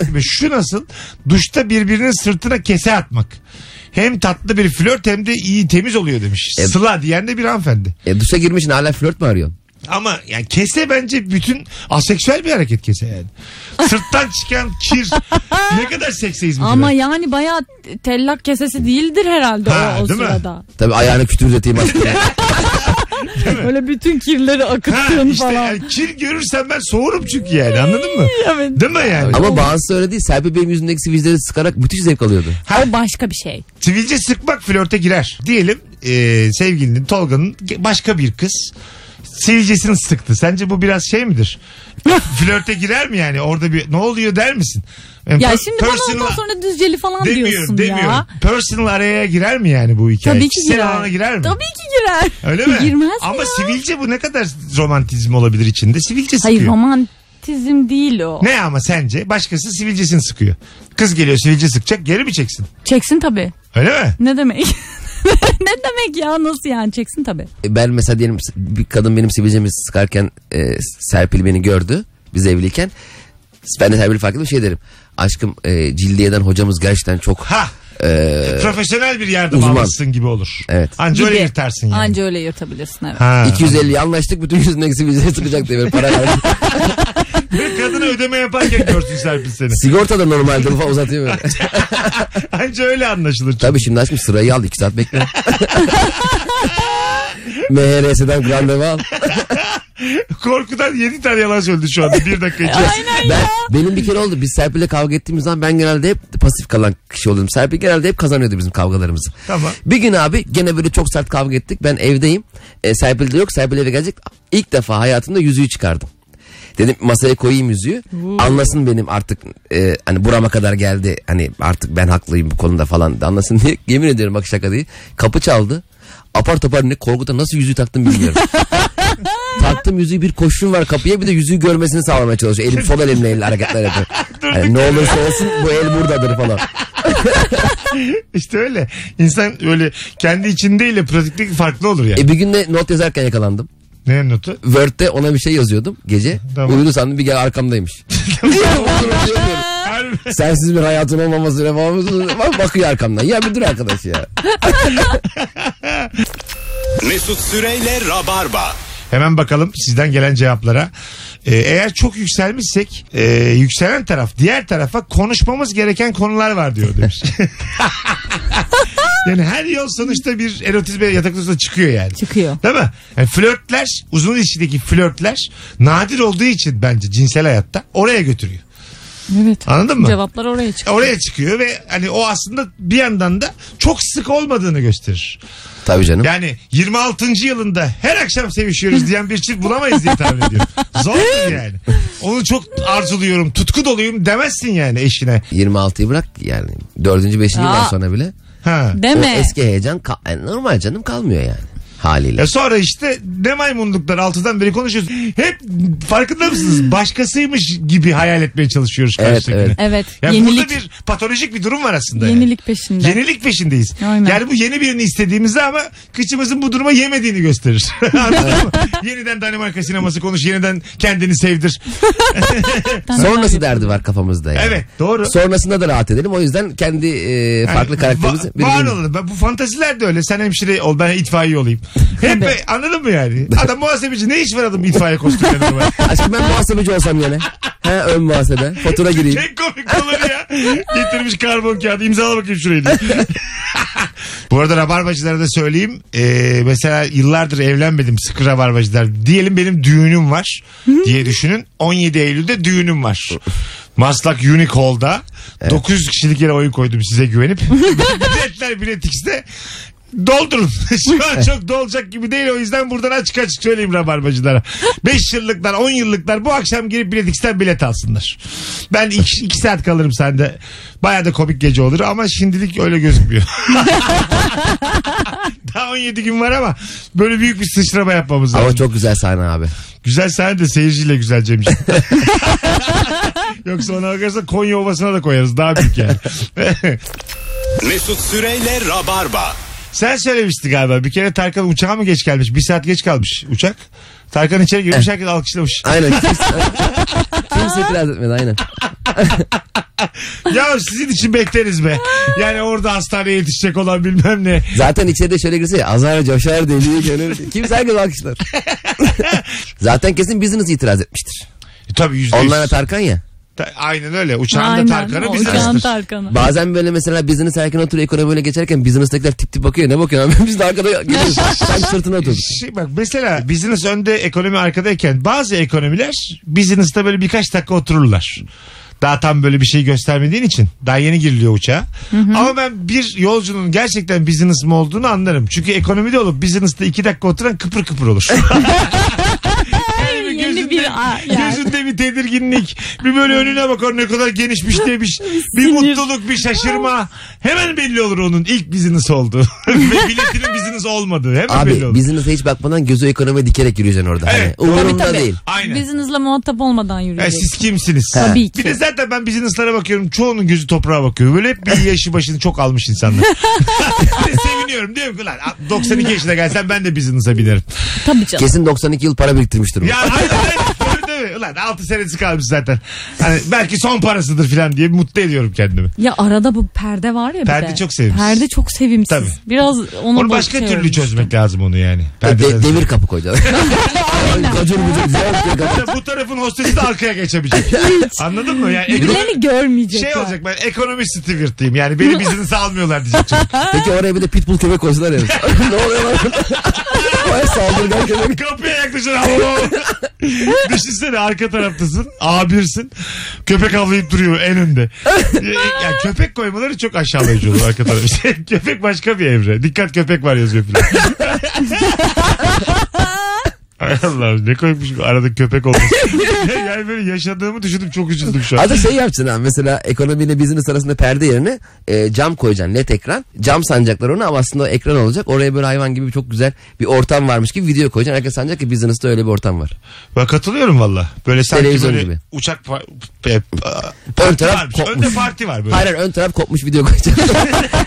Speaker 4: Ve Şu nasıl? Duşta birbirinin sırtına kese atmak. Hem tatlı bir flört hem de iyi temiz oluyor demiş.
Speaker 6: E-
Speaker 4: Sıla diyen de bir hanımefendi.
Speaker 6: E, duşa girmişsin hala flört mü arıyorsun?
Speaker 4: Ama yani kese bence bütün aseksüel bir hareket kese yani. Sırttan çıkan kir ne kadar sekseyiz bu
Speaker 5: Ama yani bayağı tellak kesesi değildir herhalde
Speaker 4: Ha,
Speaker 5: o, o
Speaker 4: değil mi?
Speaker 5: sırada.
Speaker 6: Tabii ayağını kütürleteyim aslında.
Speaker 4: Değil mi?
Speaker 5: Böyle bütün kirleri
Speaker 4: Ha,
Speaker 5: akıttın
Speaker 4: işte
Speaker 5: falan.
Speaker 4: yani kir görürsem ben soğurum çünkü yani anladın mı?
Speaker 5: Evet.
Speaker 4: Değil mi yani?
Speaker 6: Ama bazısı öyle değil. Serpil Bey'in yüzündeki sivilceleri sıkarak müthiş zevk alıyordu.
Speaker 5: O başka bir şey.
Speaker 4: Sivilce sıkmak flörte girer. Diyelim e, sevgilinin Tolga'nın ge- başka bir kız sivilcesini sıktı. Sence bu biraz şey midir? flörte girer mi yani? Orada bir ne oluyor der misin? Yani
Speaker 5: Ya
Speaker 4: per-
Speaker 5: şimdi bana
Speaker 4: personal-
Speaker 5: ondan sonra düzceli falan diyorsun
Speaker 4: demiyorum.
Speaker 5: ya.
Speaker 4: Personal araya girer mi yani bu hikaye?
Speaker 5: Tabii ki
Speaker 4: Kişisel
Speaker 5: girer.
Speaker 4: alana girer mi?
Speaker 5: Tabii ki girer.
Speaker 4: Öyle mi?
Speaker 5: Girmez mi
Speaker 4: Ama
Speaker 5: ya?
Speaker 4: sivilce bu ne kadar romantizm olabilir içinde? Sivilce sıkıyor.
Speaker 5: Hayır romantizm değil o.
Speaker 4: Ne ama sence? Başkası sivilcesini sıkıyor. Kız geliyor sivilce sıkacak geri mi çeksin?
Speaker 5: Çeksin tabii.
Speaker 4: Öyle mi?
Speaker 5: Ne demek? ne demek ya nasıl yani çeksin tabii.
Speaker 6: E, Ben mesela diyelim bir kadın benim sivilcemi sıkarken e, Serpil beni gördü. Biz evliyken. Ben de Serpil fark ettim şey derim. Aşkım e, cildiyeden hocamız gerçekten çok...
Speaker 4: Ha!
Speaker 6: e,
Speaker 4: Profesyonel bir yardım
Speaker 6: uzman.
Speaker 4: almışsın gibi olur.
Speaker 6: Evet.
Speaker 4: Anca öyle
Speaker 5: Gibi.
Speaker 4: yırtarsın yani.
Speaker 5: Anca öyle yırtabilirsin evet.
Speaker 4: Ha.
Speaker 6: 250 anlaştık bütün yüzündeki sivilceleri sıkacak diye böyle para verdim.
Speaker 4: Ve kadına ödeme yaparken görsün Serpil seni.
Speaker 6: Sigorta da normalde bu falan uzatıyor böyle.
Speaker 4: Anca öyle anlaşılır. çünkü.
Speaker 6: Tabii şimdi aşkım sırayı al 2 saat bekle. MHRS'den randevu al.
Speaker 4: Korkudan 7 tane yalan söyledi şu anda. Bir dakika içerisinde.
Speaker 6: Ben, benim bir kere oldu. Biz Serpil'le kavga ettiğimiz zaman ben genelde hep pasif kalan kişi oldum. Serpil genelde hep kazanıyordu bizim kavgalarımızı.
Speaker 4: Tamam.
Speaker 6: Bir gün abi gene böyle çok sert kavga ettik. Ben evdeyim. E, Serpil de yok. Serpil eve gelecek. İlk defa hayatımda yüzüğü çıkardım. Dedim masaya koyayım yüzüğü. Anlasın benim artık e, hani burama kadar geldi. Hani artık ben haklıyım bu konuda falan da anlasın diye. Yemin ediyorum bak şaka değil. Kapı çaldı. Apar topar ne korkuta nasıl yüzüğü taktım bilmiyorum. Taktım yüzüğü bir koşum var kapıya bir de yüzüğü görmesini sağlamaya çalışıyor. Elim sol elimle el hareketler yapıyor. Hani ne olursa olsun bu el buradadır falan.
Speaker 4: İşte öyle. İnsan öyle kendi içindeyle pratikteki farklı olur yani.
Speaker 6: E bir gün de not yazarken yakalandım.
Speaker 4: Ne notu?
Speaker 6: Word'de ona bir şey yazıyordum gece.
Speaker 4: Tamam.
Speaker 6: Uyudu sandım bir gel arkamdaymış. Sensiz bir hayatım olmaması ne falan. Bak- Bakıyor arkamdan. Ya bir dur arkadaş ya.
Speaker 1: Mesut Süreyle Rabarba.
Speaker 4: Hemen bakalım sizden gelen cevaplara. Ee, eğer çok yükselmişsek e, yükselen taraf diğer tarafa konuşmamız gereken konular var diyor demiş. yani her yol sonuçta bir erotizme yatakta üstüne çıkıyor yani.
Speaker 5: Çıkıyor.
Speaker 4: Değil mi? Yani flörtler uzun ilişkideki flörtler nadir olduğu için bence cinsel hayatta oraya götürüyor.
Speaker 5: Evet.
Speaker 4: Anladın mı?
Speaker 5: Cevaplar oraya çıkıyor.
Speaker 4: Oraya çıkıyor ve hani o aslında bir yandan da çok sık olmadığını gösterir.
Speaker 6: Tabii canım.
Speaker 4: Yani 26. yılında her akşam sevişiyoruz diyen bir çift bulamayız diye tahmin ediyorum. Zordur yani. Onu çok arzuluyorum, tutku doluyum demezsin yani eşine.
Speaker 6: 26'yı bırak yani. 4. 5. yıldan
Speaker 5: Aa.
Speaker 6: sonra bile.
Speaker 4: Ha.
Speaker 5: Deme.
Speaker 6: O eski heyecan ka- yani normal canım kalmıyor yani. Haliyle.
Speaker 4: Ya sonra işte ne maymunluklar altıdan beri konuşuyoruz. Hep farkında mısınız? Başkasıymış gibi hayal etmeye çalışıyoruz
Speaker 6: Evet,
Speaker 4: karşıdakini.
Speaker 6: evet.
Speaker 5: Evet.
Speaker 4: Ya
Speaker 5: yenilik
Speaker 4: burada bir patolojik bir durum var aslında. yani.
Speaker 5: yenilik peşinde.
Speaker 4: Yenilik peşindeyiz.
Speaker 5: Aynen.
Speaker 4: Yani bu yeni birini istediğimizde ama kıçımızın bu duruma yemediğini gösterir. Anladın mı? yeniden Danimarka sineması konuş, yeniden kendini sevdir.
Speaker 6: Sonrası derdi var kafamızda yani.
Speaker 4: Evet doğru.
Speaker 6: Sonrasında da rahat edelim. O yüzden kendi e, farklı
Speaker 4: Yani
Speaker 6: karakterimizi...
Speaker 4: va- var
Speaker 6: birbirimize-
Speaker 4: olalım. Ben- Bu fantaziler de öyle. Sen hemşire ol ben itfaiye olayım. Hep be- anladın mı yani? Adam muhasebeci ne iş var adam itfaiye kostümlerine var.
Speaker 6: Aşkım ben muhasebeci olsam gene. He ön muhasebe. Fatura gireyim.
Speaker 4: Tek komik olur ya. Getirmiş karbon kağıdı. İmzala bakayım şurayı. diye. Bu arada rabarbacılara da söyleyeyim. Ee, mesela yıllardır evlenmedim sıkı rabarbacılar. Diyelim benim düğünüm var diye düşünün. 17 Eylül'de düğünüm var. Maslak Unique Hall'da 900 kişilik yere oyun koydum size güvenip. Biletler Bilet X'de Doldurun. Şu an çok dolacak gibi değil o yüzden buradan açık açık söyleyeyim rabarbacılara. 5 yıllıklar 10 yıllıklar bu akşam girip bilet X'ten bilet alsınlar. Ben 2 saat kalırım sende. Baya da komik gece olur ama şimdilik öyle gözükmüyor. Daha 17 gün var ama böyle büyük bir sıçrama yapmamız lazım.
Speaker 6: Ama çok güzel sahne abi.
Speaker 4: Güzel sahne de seyirciyle güzel Cemciğim. Yoksa ona bakarsan Konya Ovası'na da koyarız. Daha büyük yani.
Speaker 1: Mesut Süreyle Rabarba.
Speaker 4: Sen söylemiştin galiba. Bir kere Tarkan uçağa mı geç gelmiş? Bir saat geç kalmış uçak. Tarkan içeri girmiş herkes alkışlamış.
Speaker 6: Aynen. Kimse, kimse itiraz etmedi aynen.
Speaker 4: ya sizin için bekleriz be. Yani orada hastaneye yetişecek olan bilmem ne. E,
Speaker 6: Zaten içeride şöyle girse ya azar coşar deliği gönül. Kimse herkes alkışlar. Zaten kesin business itiraz etmiştir.
Speaker 4: E, tabii yüzde yüz.
Speaker 6: Onlara Tarkan ya.
Speaker 4: Ta- Aynen öyle. Uçağında
Speaker 5: Aynen,
Speaker 4: Tarkan'ı
Speaker 5: o
Speaker 4: biz
Speaker 5: uçağın
Speaker 4: arasınız.
Speaker 5: Tarkan'ı.
Speaker 6: Bazen böyle mesela business erken oturuyor ekonomi böyle geçerken business'takiler tip tip bakıyor. Ne bakıyorsun abi? Biz de arkada geliyoruz. Sen sırtına otur.
Speaker 4: Şey bak mesela business önde ekonomi arkadayken bazı ekonomiler business'ta böyle birkaç dakika otururlar. Daha tam böyle bir şey göstermediğin için. Daha yeni giriliyor uçağa. Ama ben bir yolcunun gerçekten business mı olduğunu anlarım. Çünkü ekonomide olup business'ta iki dakika oturan kıpır kıpır olur.
Speaker 5: Yeni bir a- yani.
Speaker 4: Gözünde bir tedirginlik. Bir böyle önüne bakar ne kadar genişmiş demiş. Bir mutluluk bir şaşırma. Hemen belli olur onun ilk business oldu. Ve biletinin business olmadı. Hemen belli
Speaker 6: Abi
Speaker 4: olur.
Speaker 6: business'a hiç bakmadan gözü ekonomiye dikerek yürüyeceksin orada. Hani
Speaker 5: Tabii
Speaker 6: umurumda
Speaker 5: tabii.
Speaker 6: değil.
Speaker 4: Aynen.
Speaker 5: Business'la muhatap olmadan
Speaker 4: E,
Speaker 5: yürüyecek.
Speaker 4: siz kimsiniz?
Speaker 5: Tabii ki.
Speaker 4: Bir de zaten ben business'lara bakıyorum. Çoğunun gözü toprağa bakıyor. Böyle hep bir yaşı başını çok almış insanlar. Bir de Seviniyorum diyorum ki lan 92 yaşına gelsen ben de business'a binerim.
Speaker 5: Tabii canım.
Speaker 6: Kesin 92 yıl para biriktirmiştir bu.
Speaker 4: Ya hayır hayır. Tabii tabii. Ulan 6 senesi kalmış zaten. Hani belki son parasıdır falan diye mutlu ediyorum kendimi.
Speaker 5: Ya arada bu perde var ya bir
Speaker 4: Perde
Speaker 5: de.
Speaker 4: çok sevimsiz.
Speaker 5: Perde çok sevimsiz.
Speaker 4: Tabii.
Speaker 5: Biraz onu
Speaker 4: onu
Speaker 5: bak-
Speaker 4: başka
Speaker 5: şey
Speaker 4: türlü
Speaker 5: olmuş.
Speaker 4: çözmek lazım onu yani.
Speaker 6: De-
Speaker 4: Perdeden sonra.
Speaker 6: demir kapı koyacağız. Kocur bucur şey zevk diye kapı.
Speaker 4: Bu tarafın hostesi de arkaya geçemeyecek. Anladın mı? Yani
Speaker 5: Birbirlerini görmeyecek.
Speaker 4: şey olacak ben ekonomi Stewart'ıyım. Yani beni business'a almıyorlar diyecek çocuk.
Speaker 6: Peki oraya bir de pitbull köpek koysalar ya. ne oluyor lan? Ay saldırgan köpek.
Speaker 4: Kapıya yaklaşan havalı ol. Düşünsene arka taraftasın. A1'sin. Köpek avlayıp duruyor en önde. ya, köpek koymaları çok aşağılayıcı olur arka taraf. İşte köpek başka bir evre. Dikkat köpek var yazıyor filan. Ay Allah'ım ne koymuşum arada köpek olmuş. yani böyle yaşadığımı düşündüm çok üzüldüm şu an.
Speaker 6: Hadi şey yapacaksın abi mesela ekonomiyle business arasında perde yerine e, cam koyacaksın net ekran. Cam sancaklar onu ama aslında o ekran olacak. Oraya böyle hayvan gibi çok güzel bir ortam varmış gibi video koyacaksın. Herkes sanacak ki business'ta öyle bir ortam var.
Speaker 4: Ben katılıyorum valla. Böyle sanki
Speaker 6: Televizyon
Speaker 4: böyle
Speaker 6: gibi. Şey,
Speaker 4: uçak pa- pe- pa-
Speaker 6: Ön
Speaker 4: parti
Speaker 6: taraf
Speaker 4: varmış.
Speaker 6: kopmuş.
Speaker 4: Önde parti var böyle.
Speaker 6: Hayır hayır, ön taraf kopmuş video koyacaksın.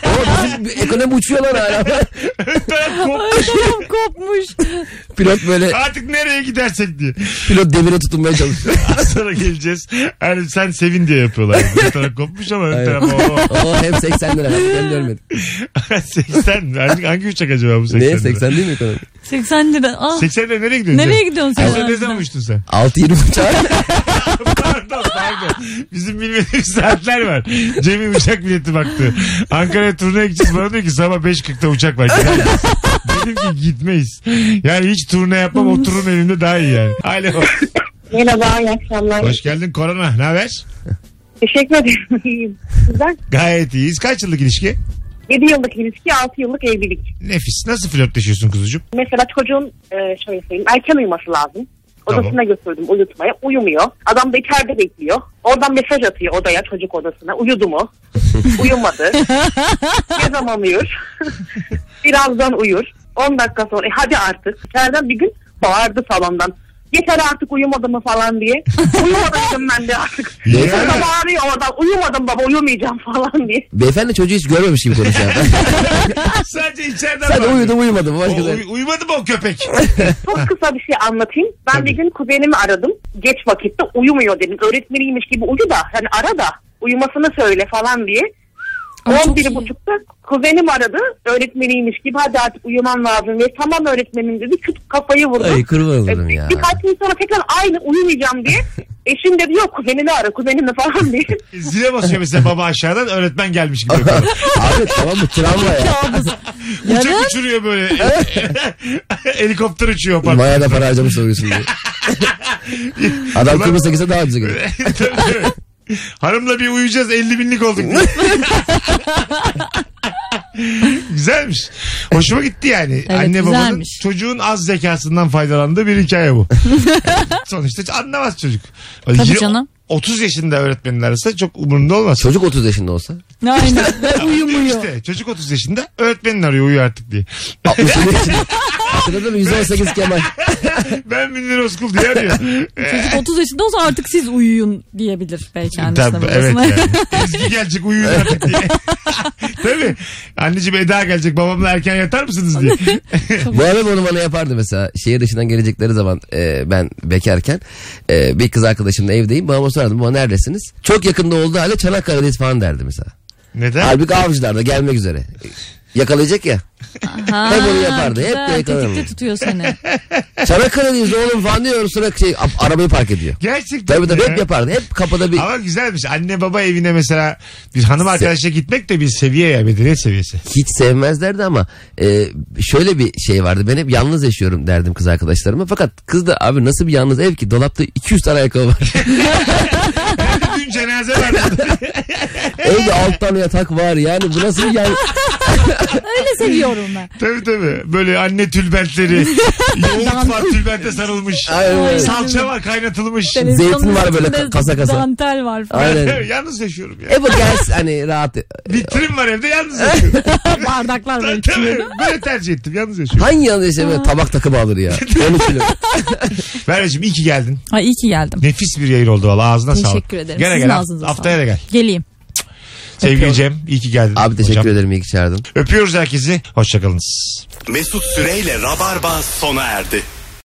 Speaker 6: Ama bizim ekonomi uçuyorlar hala.
Speaker 4: Ön taraf
Speaker 5: Ay,
Speaker 4: kopmuş.
Speaker 5: tamam, kopmuş.
Speaker 6: Pilot böyle
Speaker 4: Artık nereye gidersek diye.
Speaker 6: pilot demire tutunmaya çalışıyor.
Speaker 4: Az sonra geleceğiz. Hani sen sevin diye yapıyorlar. Bir taraf kopmuş ama ön taraf o.
Speaker 6: Oo hem 80 lira hem görmedim.
Speaker 4: 80 mi? Hangi- Hangi uçak acaba bu 80
Speaker 6: Ne
Speaker 4: lira?
Speaker 6: 80 değil mi ekonomi?
Speaker 5: 80 lira. Ah,
Speaker 4: 80 lira nereye gidiyorsun?
Speaker 5: nereye
Speaker 4: sen?
Speaker 5: gidiyorsun
Speaker 4: En
Speaker 5: sen?
Speaker 4: son ne
Speaker 5: harbiden?
Speaker 4: zaman uçtun sen?
Speaker 6: 6-20 uçağı.
Speaker 4: pardon pardon. Bizim bilmediğimiz saatler var. Cem'in uçak bileti baktı. Ankara'ya turneye gideceğiz. Bana diyor ki sabah 5.40'da uçak var. Gider miyiz? Dedim ki gitmeyiz. Yani hiç turne yapmam otururum evimde daha iyi yani. Alo.
Speaker 7: Merhaba, iyi akşamlar.
Speaker 4: Hoş geldin korona. Ne haber?
Speaker 7: Teşekkür ederim. İyiyim. Sizden
Speaker 4: Gayet iyiyiz. Kaç yıllık ilişki?
Speaker 7: 7 yıllık ilişki, 6 yıllık evlilik.
Speaker 4: Nefis. Nasıl flörtleşiyorsun kuzucuğum?
Speaker 7: Mesela çocuğun e, şöyle söyleyeyim erken uyuması lazım.
Speaker 4: Tamam.
Speaker 7: Odasına götürdüm uyutmaya. Uyumuyor. Adam da içeride bekliyor. Oradan mesaj atıyor odaya çocuk odasına. Uyudu mu? Uyumadı. ne zaman uyur? Birazdan uyur. 10 dakika sonra e, hadi artık. İçeriden bir gün bağırdı salondan. Yeter artık uyumadı mı falan diye. Uyumadım ben de artık.
Speaker 4: Ya.
Speaker 7: Sonra bağırıyor oradan uyumadım baba uyumayacağım falan diye.
Speaker 6: Beyefendi çocuğu hiç görmemiş gibi konuşuyor.
Speaker 4: Sadece içeriden
Speaker 6: Sen
Speaker 4: bakıyor.
Speaker 6: uyudun uyumadın. mı?
Speaker 4: O,
Speaker 6: Başka
Speaker 4: uy- uyumadı mı o köpek?
Speaker 7: Çok kısa bir şey anlatayım. Ben
Speaker 4: Tabii.
Speaker 7: bir gün kuzenimi aradım. Geç vakitte uyumuyor dedim. Öğretmeniymiş gibi uyu da hani ara da uyumasını söyle falan diye.
Speaker 5: Ay, çok iyi.
Speaker 7: 11 buçukta kuzenim aradı. Öğretmeniymiş gibi hadi artık uyuman lazım. Ve tamam öğretmenim dedi. Küt kafayı vurdu.
Speaker 6: Ay kurban
Speaker 7: E,
Speaker 6: olurum ya.
Speaker 7: Birkaç gün sonra tekrar aynı uyumayacağım diye. Eşim dedi yok kuzenini ara kuzenini falan diye.
Speaker 4: Zile basıyor mesela baba aşağıdan öğretmen gelmiş gibi. yapıyor.
Speaker 6: Abi tamam mı? Travma ya.
Speaker 5: Kabus.
Speaker 4: Uçak uçuruyor böyle. Helikopter uçuyor. pardon.
Speaker 6: Maya da para harcamış oluyorsun diye. Adam Kıbrıs'a gitse daha güzel gider.
Speaker 4: Tabii. Hanımla bir uyuyacağız 50 binlik olduk. Güzelmiş. Hoşuma gitti yani.
Speaker 5: Evet,
Speaker 4: Anne babanın
Speaker 5: güzelmiş.
Speaker 4: çocuğun az zekasından faydalandığı bir hikaye bu. Sonuçta anlamaz çocuk. Yine
Speaker 5: canım.
Speaker 4: 30 yaşında öğretmenin arasında çok umurunda olmaz.
Speaker 6: Çocuk 30 yaşında olsa.
Speaker 5: Aynen. Ve uyumuyor.
Speaker 4: İşte çocuk 30 yaşında öğretmenin arıyor uyu artık diye.
Speaker 6: 67 yaşında. Sırada mı 118 Kemal?
Speaker 4: Ben Münir Özkul diye arıyor.
Speaker 5: Çocuk 30 yaşında olsa artık siz uyuyun diyebilir belki kendisine.
Speaker 4: Tabii evet
Speaker 5: babasına.
Speaker 4: yani. Ezgi gelecek uyuyun artık diye. Tabii. Anneciğim Eda gelecek babamla erken yatar mısınız diye.
Speaker 6: Bu adam onu bana yapardı mesela. Şehir dışından gelecekleri zaman e, ben bekarken e, bir kız arkadaşımla evdeyim. Babama sorardım baba neredesiniz? Çok yakında olduğu halde Çanakkale'deyiz falan derdi mesela.
Speaker 4: Neden?
Speaker 6: Halbuki avcılarda gelmek üzere. Yakalayacak ya.
Speaker 5: Ha,
Speaker 6: Hep onu yapardı, hep
Speaker 5: güzel,
Speaker 6: de yakalarım.
Speaker 5: Tetikte tutuyor seni.
Speaker 6: Çanakkale'deyiz oğlum falan diyor sonra şey, a- arabayı park ediyor.
Speaker 4: Gerçekten
Speaker 6: Tabii tabii
Speaker 4: ya.
Speaker 6: hep yapardı. Hep kapıda bir...
Speaker 4: Ama güzelmiş. Anne baba evine mesela bir hanım arkadaşla gitmek de bir seviye ya medeniyet seviyesi.
Speaker 6: Hiç sevmezlerdi ama e, şöyle bir şey vardı. Ben hep yalnız yaşıyorum derdim kız arkadaşlarıma. Fakat kız da abi nasıl bir yalnız ev ki dolapta 200 tane ayakkabı var.
Speaker 4: Dün cenaze vardı.
Speaker 6: Evde 6 tane yatak var yani bu nasıl bir yalnız...
Speaker 5: Öyle seviyorum ben.
Speaker 4: Tabii tabii. Böyle anne tülbentleri. Yoğurt var tülbente sarılmış.
Speaker 6: Aynen öyle.
Speaker 4: Salça var kaynatılmış.
Speaker 6: Zeytin var böyle ka- kasa kasa.
Speaker 5: Dantel var falan.
Speaker 6: Aynen.
Speaker 4: yalnız yaşıyorum ya.
Speaker 6: E bu gelsin hani rahat.
Speaker 4: Vitrin var evde yalnız yaşıyorum.
Speaker 5: Bardaklar var.
Speaker 4: Tabii, böyle tercih ettim yalnız yaşıyorum.
Speaker 6: Hangi yalnız yaşamıyor? Tabak takımı alır ya. 13 kilo.
Speaker 4: Merveciğim iyi ki geldin.
Speaker 5: Ay iyi ki geldim.
Speaker 4: Nefis bir yayın oldu valla ağzına
Speaker 5: Teşekkür
Speaker 4: sağlık.
Speaker 5: ederim.
Speaker 4: Gene
Speaker 5: Sizin
Speaker 4: gel.
Speaker 5: ağzınıza
Speaker 4: Haftaya da
Speaker 5: sağlık.
Speaker 4: gel.
Speaker 5: Geleyim.
Speaker 4: Sevgili Cem iyi ki geldin.
Speaker 6: Abi teşekkür
Speaker 4: hocam.
Speaker 6: ederim iyi ki çağırdın.
Speaker 4: Öpüyoruz herkesi. Hoşçakalınız.
Speaker 1: Mesut Süreyle Rabarba sona erdi.